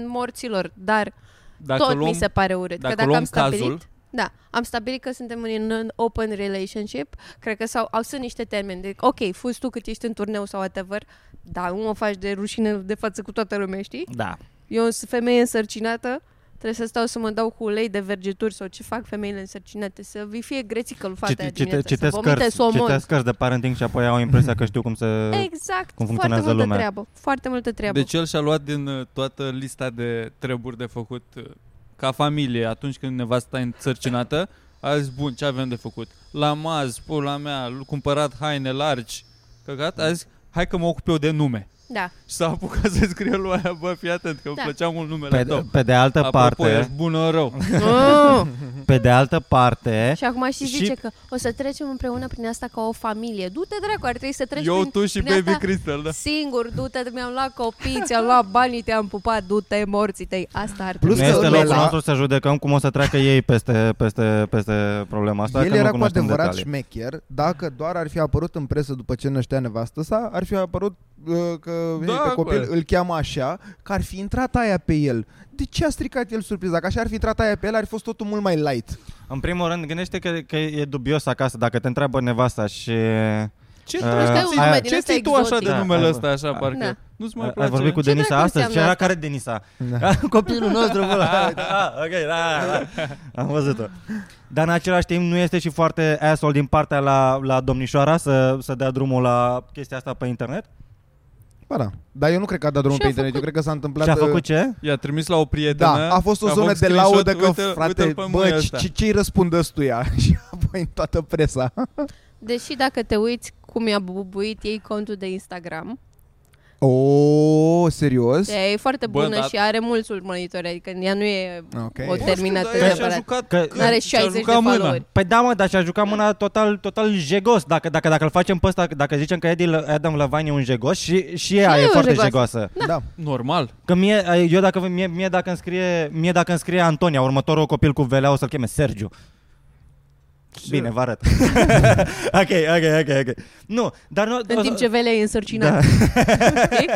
morților, dar
Dacă
tot
luăm,
mi se pare urât.
dacă
că dacă
luăm
am stabilit,
cazul-
Da, am stabilit că suntem în un open relationship, cred că sau, au sunt niște termeni, de, ok, fuzi tu cât ești în turneu sau whatever, dar nu o faci de rușine de față cu toată lumea, știi?
Da.
Eu sunt femeie însărcinată, trebuie să stau să mă dau cu ulei de vergeturi sau ce fac femeile însărcinate, să vi fie grețică lui fata
Cite,
aia
cite,
dimineața, să
citesc,
vomite
cărți,
somon.
citesc cărți de parenting și apoi au impresia că știu cum să...
Exact,
cum
foarte
funcționează
multă
lumea.
treabă, foarte multă treabă.
Deci el și-a luat din uh, toată lista de treburi de făcut uh, ca familie atunci când nevasta e însărcinată. A zis, bun, ce avem de făcut? La maz, pula mea, l- cumpărat haine largi, căcat. A zis, hai că mă ocup eu de nume.
da,
Și s-a apucat să scrie lui aia, bă, fii atent, că îmi
Da.
plăcea mult numele
Pe,
tău.
pe de altă
Apropo,
parte,
ești bun în rău. [LAUGHS]
pe de altă parte,
Și acum și
Și-
zice că o să trecem împreună prin asta ca o familie. Du-te, dracu, ar trebui să treci
Eu,
prin,
tu și
prin
Baby
asta
Crystal, da.
singur. Du-te, mi-am luat copii, ți-am luat banii, te-am pupat, du-te, morții tăi. Asta ar
Plus
nu
trebui.
că
este
ăla-
locul nostru să judecăm cum o să treacă ei peste, peste, peste problema asta,
El
că
era
nu
cu
cunoaștem
adevărat
detalii.
șmecher, dacă doar ar fi apărut în presă după ce năștea nevastă sa, ar fi apărut uh, că
Da,
da, pe copil
bă.
îl cheamă așa, că ar fi intrat aia pe el. De ce a stricat el surpriza? Dacă așa ar fi intrat aia pe el, ar fi fost totul mult mai light.
În primul rând, gândește că, că e dubios acasă dacă te întreabă nevasta și...
Ce,
Plus că ai un
ții-
nume
din
ce
ăsta
ții tu așa
exotic.
de
Da,
numele
ai-
ăsta, așa,
ai-
parcă?
Da.
Nu-ți mai
ai
place.
vorbit cu
Ce
Denisa
dracu
astăzi? Ce era
înseamnă asta? Ah,
care Denisa?
Da.
Ah, [LAUGHS] Copilul nostru, bă,
[LAUGHS]
da, da, ok, da, da, da. am văzut-o. Dar în același timp nu este și foarte asshole din partea la, la domnișoara să, să dea drumul la chestia asta pe internet?
Ba da. Dar eu nu cred că a dat drumul
Și
pe
a
internet. Eu
făcut-
cred că s-a întâmplat...
Și a
uh,
făcut ce?
I-a trimis la o prietenă.
Da, a fost o
și
zonă
făcut
de laudă că,
screenshot,
frate,
uite-l pe mâna
bă,
asta.
ce, ce-i răspundăstuia? [LAUGHS] Și apoi în toată presa.
Deși dacă te uiți cum i-a bubuit ei contul de Instagram,
O, Oh, serios?
ea e foarte
Bă,
bună
da.
și are mulți urmăritori, adică ea nu e
Ok.
o
Nu știu,
terminată
dar ea și-a
neapărat.
jucat
Că-
când?
Are
Și-a
60 de
jucat mâna.
followeri.
Păi da, mă, dar și-a jucat mâna total, total jegos. Dacă, dacă, dacă îl facem pe ăsta, dacă zicem că Eddie, Adam Levine e un jegos și, și ea
ea
e,
e o
foarte
jegoasă.
jegoasă.
Da.
Normal.
Că mie, eu dacă, mie, mie dacă îmi scrie, mie dacă îmi scrie Antonia, următorul copil cu velea o să-l cheme Sergiu. Bine, vă
[LAUGHS]
arăt. ok, ok, ok, ok. Nu, dar nu...
În timp ce Velea e însărcinată.
Da.
[LAUGHS] Știi?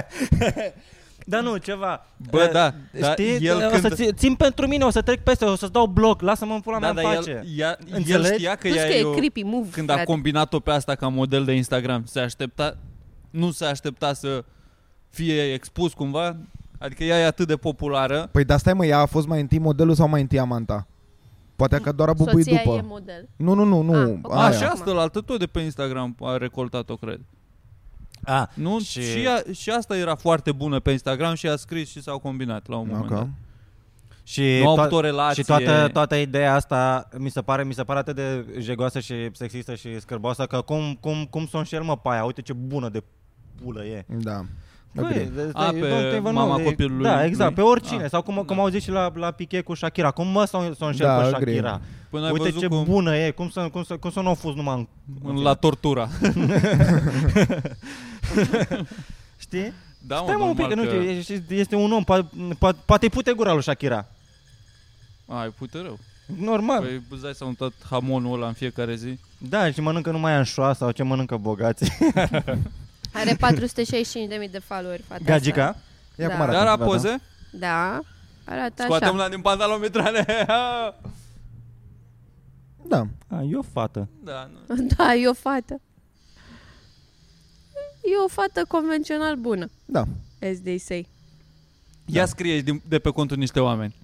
Dar nu, ceva.
Bă,
Eh,
da, dar
Știi?
el
o
când-
să țin, țin pentru mine, o să trec peste, o să-ți dau bloc, lasă-mă în pula
Da,
mea în
dar
pace.
el, ea, el
Înțelegi?
știa că
Plus
ea
că e
o-
creepy move,
Când a
frate.
combinat-o pe asta ca model de Instagram, se aștepta, nu se aștepta să fie expus cumva? Adică ea e atât de populară.
Păi, dar stai mă, ea a fost mai întâi modelul sau mai întâi amanta? Poate că doar a bubuit
Soția
după.
e model.
Nu, nu, nu, nu.
Ah,
A,
A,
Așa, și
aia.
asta, la altă tot de pe Instagram a recoltat-o, cred.
A,
Nu?
Și-
Ah, Și... Și, a, și asta era foarte bună pe Instagram și a scris și s-au combinat la un moment
Ok.
dat.
și
Nu au
to-
avut o relație.
Și toată, toată ideea asta mi se pare, mi se pare atât de jegoasă și sexistă și scârboasă că cum, cum, cum sunt și el mă pe aia, uite ce bună de pulă e.
Da.
Băi,
Agree.
de-
A,
de-
pe
don't even
mama
de-
copilului
Da, exact,
lui.
pe oricine.
A,
Sau cum, cum
da.
au zis și la, la Piche cu Shakira, cum mă s-o, s-o înșel
Da,
pe
agree.
Shakira.
Până ai
uite
văzut
ce
cum,
bună e, cum să, cum să, cum să nu o fuz numai în...
în, la tortura. [LAUGHS]
Știi?
da,
Stai mă un pic,
normal
că nu știu, este, este un om, poate, poate îi pute gura lui Shakira.
Ai, pute rău.
Normal.
Păi îți dai seama tot hamonul ăla în fiecare zi.
Da, și mănâncă numai anșoa sau ce mănâncă bogați.
Are 465.000 de followeri, fata asta.
Gagica.
Ia
Da.
cum arată.
Dar
Da,
a
da.
poze?
Da, arată
Scoatem
așa.
la din pantalon [LAUGHS] mitrale.
Da.
A, e o fată.
da, nu.
[LAUGHS] Da, e o fată. E o fată convențional bună,
Da.
as they say.
Ia scrie din, de pe contul niște oameni.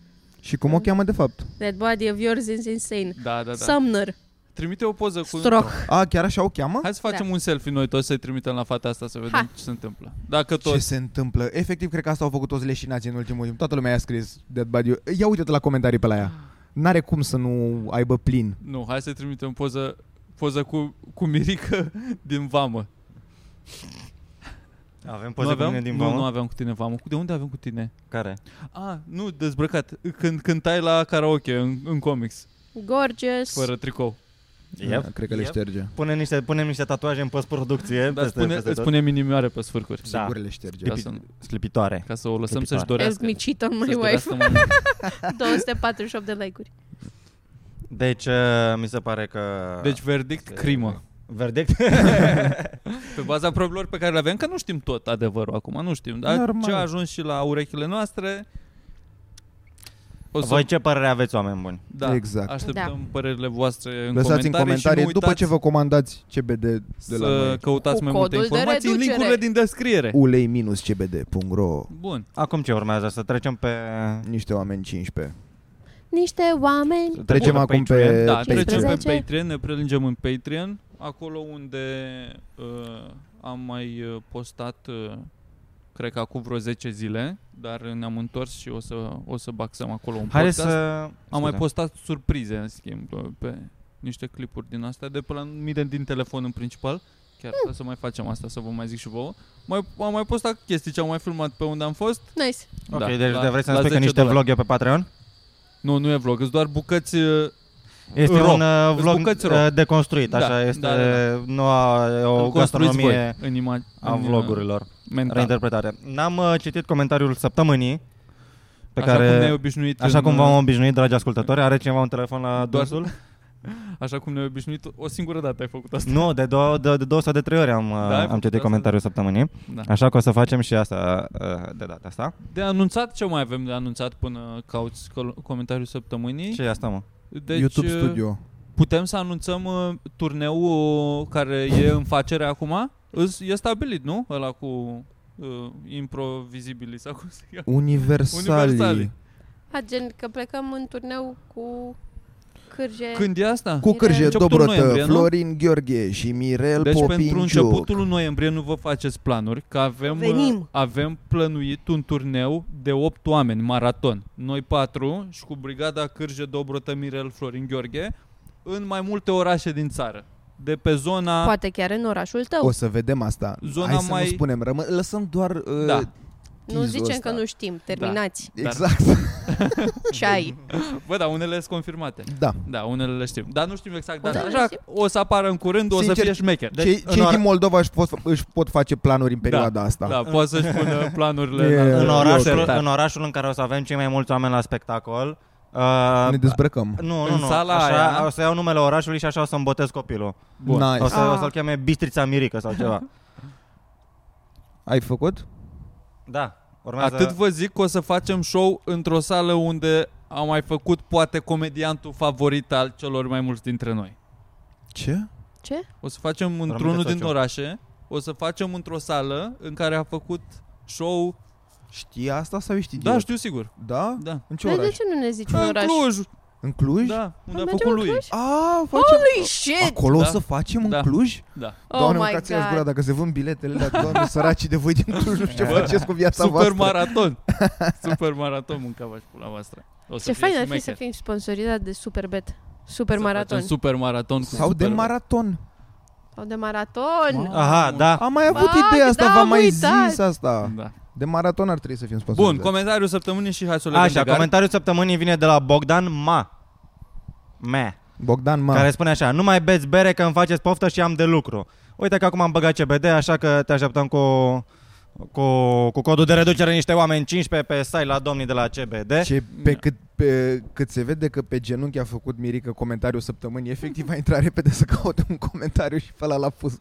Și cum o cheamă de fapt?
That body of yours is insane.
Da, da, da.
Sumner,
Trimite o poză cu...
Stroh.
A, chiar așa o cheamă?
Hai să facem
Da.
un selfie noi toți să-i trimitem la fata asta să vedem
Hai.
ce se întâmplă. Dacă
Ce
toți...
se întâmplă? Efectiv, cred că asta au făcut toți leșinații în ultimul timp. Toată lumea i-a scris Dead Body. Ia uite-te la comentarii pe la ea. N-are cum să nu aibă plin.
Nu, hai să trimitem poză, poză cu, cu Mirica [LAUGHS] din vamă.
Avem
nu
poze cu
aveam?
mine din
nu, nu
vamă?
aveam cu tine vamă. De unde avem cu tine?
Care?
Ah, nu, dezbrăcat. Când cântai la karaoke în, în comics,
gorgeous.
fără tricou.
Yep.
Da, Cred că le
Yep.
șterge.
Pune niște, punem niște tatuaje în post-producție
Dar
peste,
Da, spune,
peste
îți
tot.
punem inimioare pe sfârcuri.
Da.
Sigur le șterge.
Ca să,
Slipitoare.
ca să o lăsăm să-și
Help
Help
dorească.
me cheat on my
Să-și
wife. [LAUGHS]
dorească mai mult.
248 de like-uri.
Deci, uh, mi se pare că...
[LAUGHS] Deci verdict, crimă. [LAUGHS]
Verdict? [LAUGHS]
Pe baza probelor pe care le avem, că nu știm tot adevărul acum, nu știm. Dar
Normal.
ce a ajuns și la urechile noastre... O să,
Voi ce părere aveți, oameni buni?
da,
Exact.
Așteptăm părerile voastre în
Lăsați în
comentarii,
comentarii
și nu
după
uitați
ce vă comandați CBD de la
să
noi.
căutați
Cu
mai multe
codul de
informații în
reducere.
linkurile din descriere.
ulei-cbd.ro
Bun.
Acum ce urmează? Să trecem pe...
Niște oameni 15.
Niște oameni.
Trecem
pe
acum
Patreon.
pe,
Da,
pe
trecem pe
15.
Patreon, ne prelingem în Patreon, acolo unde uh, am mai uh, postat, uh, cred că acum vreo 10 zile, dar ne-am întors și o să, o să baxăm acolo un
Haide
podcast.
să...
Am mai
Scuze.
postat surprize, în schimb, pe- pe niște clipuri din astea, de pe la mine din telefon în principal. Chiar mm. să mai facem asta, să vă mai zic și vouă. Mai, am mai postat chestii ce am mai filmat pe unde am fost.
Nice.
Ok,
Da,
deci
la-
de vrei să ne
la
spui că
10
niște
dolari.
vlog eu pe Patreon?
Nu, nu e vlog, sunt doar bucăți... uh,
Este
Ro.
un uh,
Îți
vlog
bucăți ro.
uh, deconstruit,
Da,
așa,
da,
este
da, da.
noua uh, o
îl construiți
gastronomie
voi în ima-
a
în, uh,
vlogurilor,
Mental.
reinterpretare. N-am uh, citit comentariul săptămânii, pe
așa
care,
cum ne-ai obișnuit
așa
în,
cum
uh,
v-am obișnuit, dragi ascultători, are cineva un telefon la
Doar-
dânsul?
uh, Așa cum ne-ai obișnuit, o singură dată ai făcut asta.
Nu, de, două, de, de două sau de trei ori am,
ai
da,
făcut
am citit
asta,
comentariul săptămânii,
Da.
așa că o să facem și asta uh, de data asta.
De anunțat, ce mai avem de anunțat până cauți col- comentariul săptămânii?
Ce e asta, mă?
Deci,
YouTube
uh,
Studio.
Putem să anunțăm uh, turneul care e în facere acum? Îs- E stabilit, nu? Ăla cu uh, [LAUGHS] improvizibili sau cum se cheamă.
Universalii.
Universalii.
A, gen că plecăm în turneu cu cârje.
Când e asta?
Cu Cârje,
Începutul
Dobrotă,
noiembrie, nu?
Florin Gheorghe și Mirel
Deci
Popin
pentru
Giuc.
începutul lui noiembrie nu vă faceți planuri, că avem,
Venim.
uh, avem plănuit un turneu de 8 oameni, maraton. Noi patru și cu brigada Cârje, Dobrotă, Mirel, Florin, Gheorghe, în mai multe orașe din țară. De pe zona...
Poate chiar în orașul tău.
O să vedem asta.
Zona
Hai să
mai-
nu spunem, rămân, lăsăm doar uh,
Da.
Nu
teaserul
zicem
ăsta.
că nu știm, terminați.
Exact, [LAUGHS]
Ceai.
Bă, da, unele sunt confirmate.
da.
Da, unele le știm. Dar nu știm exact data.
Unele
Așa,
știm.
o să apară în curând, o să
Sincer,
fie șmecher.
Deci, cei
în
cei
ora-
din Moldova își pot, își pot face planuri în perioada asta.
da, da poate să-și
[LAUGHS]
pună planurile
E-
în
În
Eu
orașul,
sertar.
în orașul în care o să avem cei mai mulți oameni la spectacol,
Ne
uh,
dezbrăcăm.
nu, nu,
în
nu.
sala
așa,
aia-
o să iau numele orașului și așa o să-mi botez copilul.
Bun.
Nice.
O, să,
Ah.
o să-l cheme Bistrița Mirică sau ceva.
Ai făcut?
Da, urmează...
Atât vă zic că o să facem show într-o sală unde am mai făcut poate comediantul favorit al celor mai mulți dintre noi.
Ce?
Ce?
O să facem într-unul
Rămâne
din
Sociu.
orașe, o să facem într-o sală în care a făcut show.
Știi asta sau ești
Da,
idiot?
știu sigur.
Da?
Da.
În ce
Păi de
oraș?
ce nu ne zici un
În
oraș?
Cluj.
În Cluj?
Da, unde a
mergem
făcut
în
lui.
Cluj?
A, facem...
Holy shit!
Acolo o
Da.
să facem
Da.
în Cluj?
Da.
Oh
doamne,
my
mâncați-aș gura,
god.
dacă se vând biletele alea,
[LAUGHS]
doamne, săracii de voi din Cluj, nu știu ce
Bă,
faceți cu viața
Super
voastră. [LAUGHS]
maraton. Super maraton mâncava și pula voastră. O să
Ce
fie
fain ar fi
șmecher.
să fim sponsorizați de Superbet. Super
Să
maraton.
facem Super maraton. cu
Sau de
Super-
maraton.
Sau de maraton.
Aha, da.
Am mai avut
Fuck,
ideea asta,
da,
v-am
am
mai
uitat.
zis asta.
Da.
De maraton ar trebui să fim sponsorizați.
Bun, comentariul săptămânii și hai să o legăm
Așa,
de gard.
comentariul săptămânii vine de la Bogdan Ma. Ma.
Bogdan, mă.
Care spune așa, nu mai beți bere că îmi faceți poftă și am de lucru. Uite că acum am băgat CBD, așa că te așteptăm cu, cu, cu codul de reducere niște oameni 15 pe site la domnii de la CBD.
Ce, pe
Da.
cât, pe, cât se vede că pe genunchi a făcut Mirica comentariul săptămânii, efectiv a intrat repede să caute un comentariu și pe ăla l-a pus.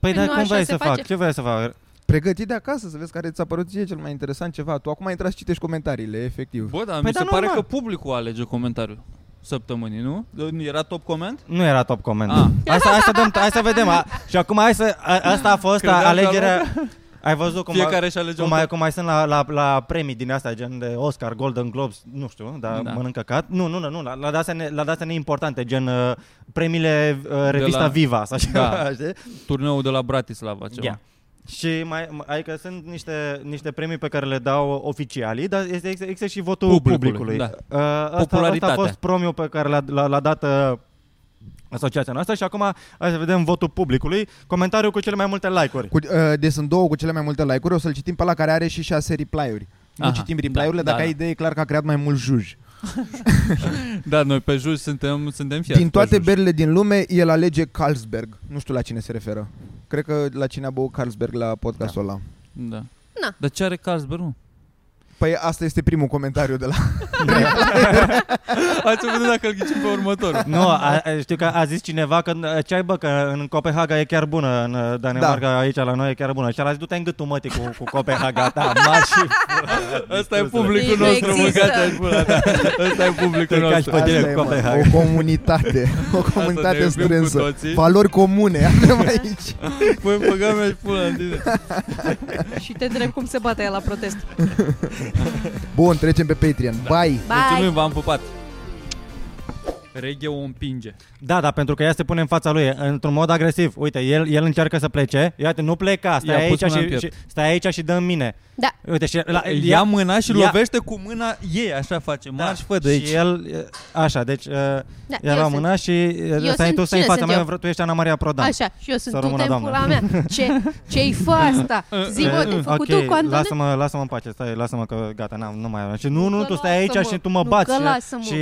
Păi
Nu,
dar cum
așa
vrei
se
să
face.
fac? Ce vrei să fac?
Pregătit de acasă, să vezi care ți-a părut ție cel mai interesant ceva. Tu acum ai intrat și citești comentariile, efectiv.
Bă, dar
Păi
mi
da,
se pare
normal.
că publicul alege comentariul săptămânii, nu? Era top coment?
Nu era top coment.
Ah.
Hai, să, hai, să dăm, hai să vedem. A, și acum hai să... A, asta a fost
Credeam
a,
că
alegerea... Ai văzut cum,
Cum Fiecare și alege
cum,
un
mai,
mai...
cum mai sunt la, la, la premii din astea, gen de Oscar, Golden Globes, nu știu, dar
Da.
da. mănâncă cat. Nu, nu, nu, nu la, la, de-astea, ne, la de-astea neimportante, gen uh, premiile uh, revista
la-
la... Viva sau ceva, [LAUGHS]
Da.
știi?
turneul de la Bratislava ceva.
Ia. Și mai, m- adică sunt niște, niște premii pe care le dau oficialii, dar este există, există și votul
Publicului,
publicului. publicului.
da.
Uh, asta,
Popularitatea.
Asta a fost promiul pe care l-a, l-a, l-a dat uh, asociația noastră și acum hai să vedem votul publicului, comentariul cu cele mai multe like-uri.
Cu, uh, deci sunt două cu cele mai multe like-uri, o să-l citim pe la care are și șase reply-uri. Nu
Aha,
citim reply-urile,
da,
dacă
da,
ai
da.
idee, e clar că a creat mai mult juj.
Da, noi pe juj suntem, suntem fieri.
Din
pe
toate
juj.
berile din lume, el alege Carlsberg. Nu știu la cine se referă. Cred că la cine a băut Carlsberg la podcastul da. ăla.
Da.
Na.
Dar ce are Carlsberg, nu?
Păi asta este primul comentariu de la...
[LAUGHS] Hai să vedem dacă îl ghicim pe următorul.
Nu, a, a- știu că a zis cineva că uh, ce ai bă, că în Copenhaga e chiar bună, în uh, Danemarca da. aici la noi e chiar bună. Și a zis, du-te în gâtul mătii cu, cu Copenhaga ta, mari și...
Ăsta e
Distrusule.
publicul
Nu
nostru,
există.
mâncați în pula ta. Ăsta e publicul
Te caci
nostru.
pe
Asta
tine cu
e, mă,
Copenhaga.
o
[LAUGHS]
comunitate. O
Asta ne
comunitate
iubim cu
strânsă.
toții.
Valori comune avem aici.
Păi băga mea și pula în tine.
[LAUGHS] Și te întreb cum se bate ea la protest.
Bun, trecem pe Patreon. Da. Bye!
Bye!
Mulțumim, v-am pupat. Reghe o împinge.
Da, da, pentru că ea se pune în fața lui într-un mod agresiv. Uite, el, el încearcă să plece. Iată, nu pleca, stai
I-a pus
aici
mâna în
și,
piept.
și, stai aici și dă în mine.
Da.
Uite, și la,
Ia mâna și
ia-
lovește cu mâna ei, așa face.
da,
Marș, fă de aici.
Și el așa, deci uh,
Da,
ia
eu
la
sunt.
mâna și uh, stai
sunt-
tu stai în
cine
fața
sunt
mea,
eu?
vreau- tu ești Ana Maria Prodan.
Așa, și eu sunt
Să
tu
rămână
te pula
doamna.
mea. Ce, ce-i fă asta? [LAUGHS] Zi, mă, te-ai făcut tu
ok,
cu Antonet?
lasă-mă, lasă-mă în pace, stai, lasă-mă că gata, n-am, nu mai am. Și nu, nu,
că
tu stai aici
lasă-mă,
și tu mă
nu
bați.
că
și-
lasă-mă.
și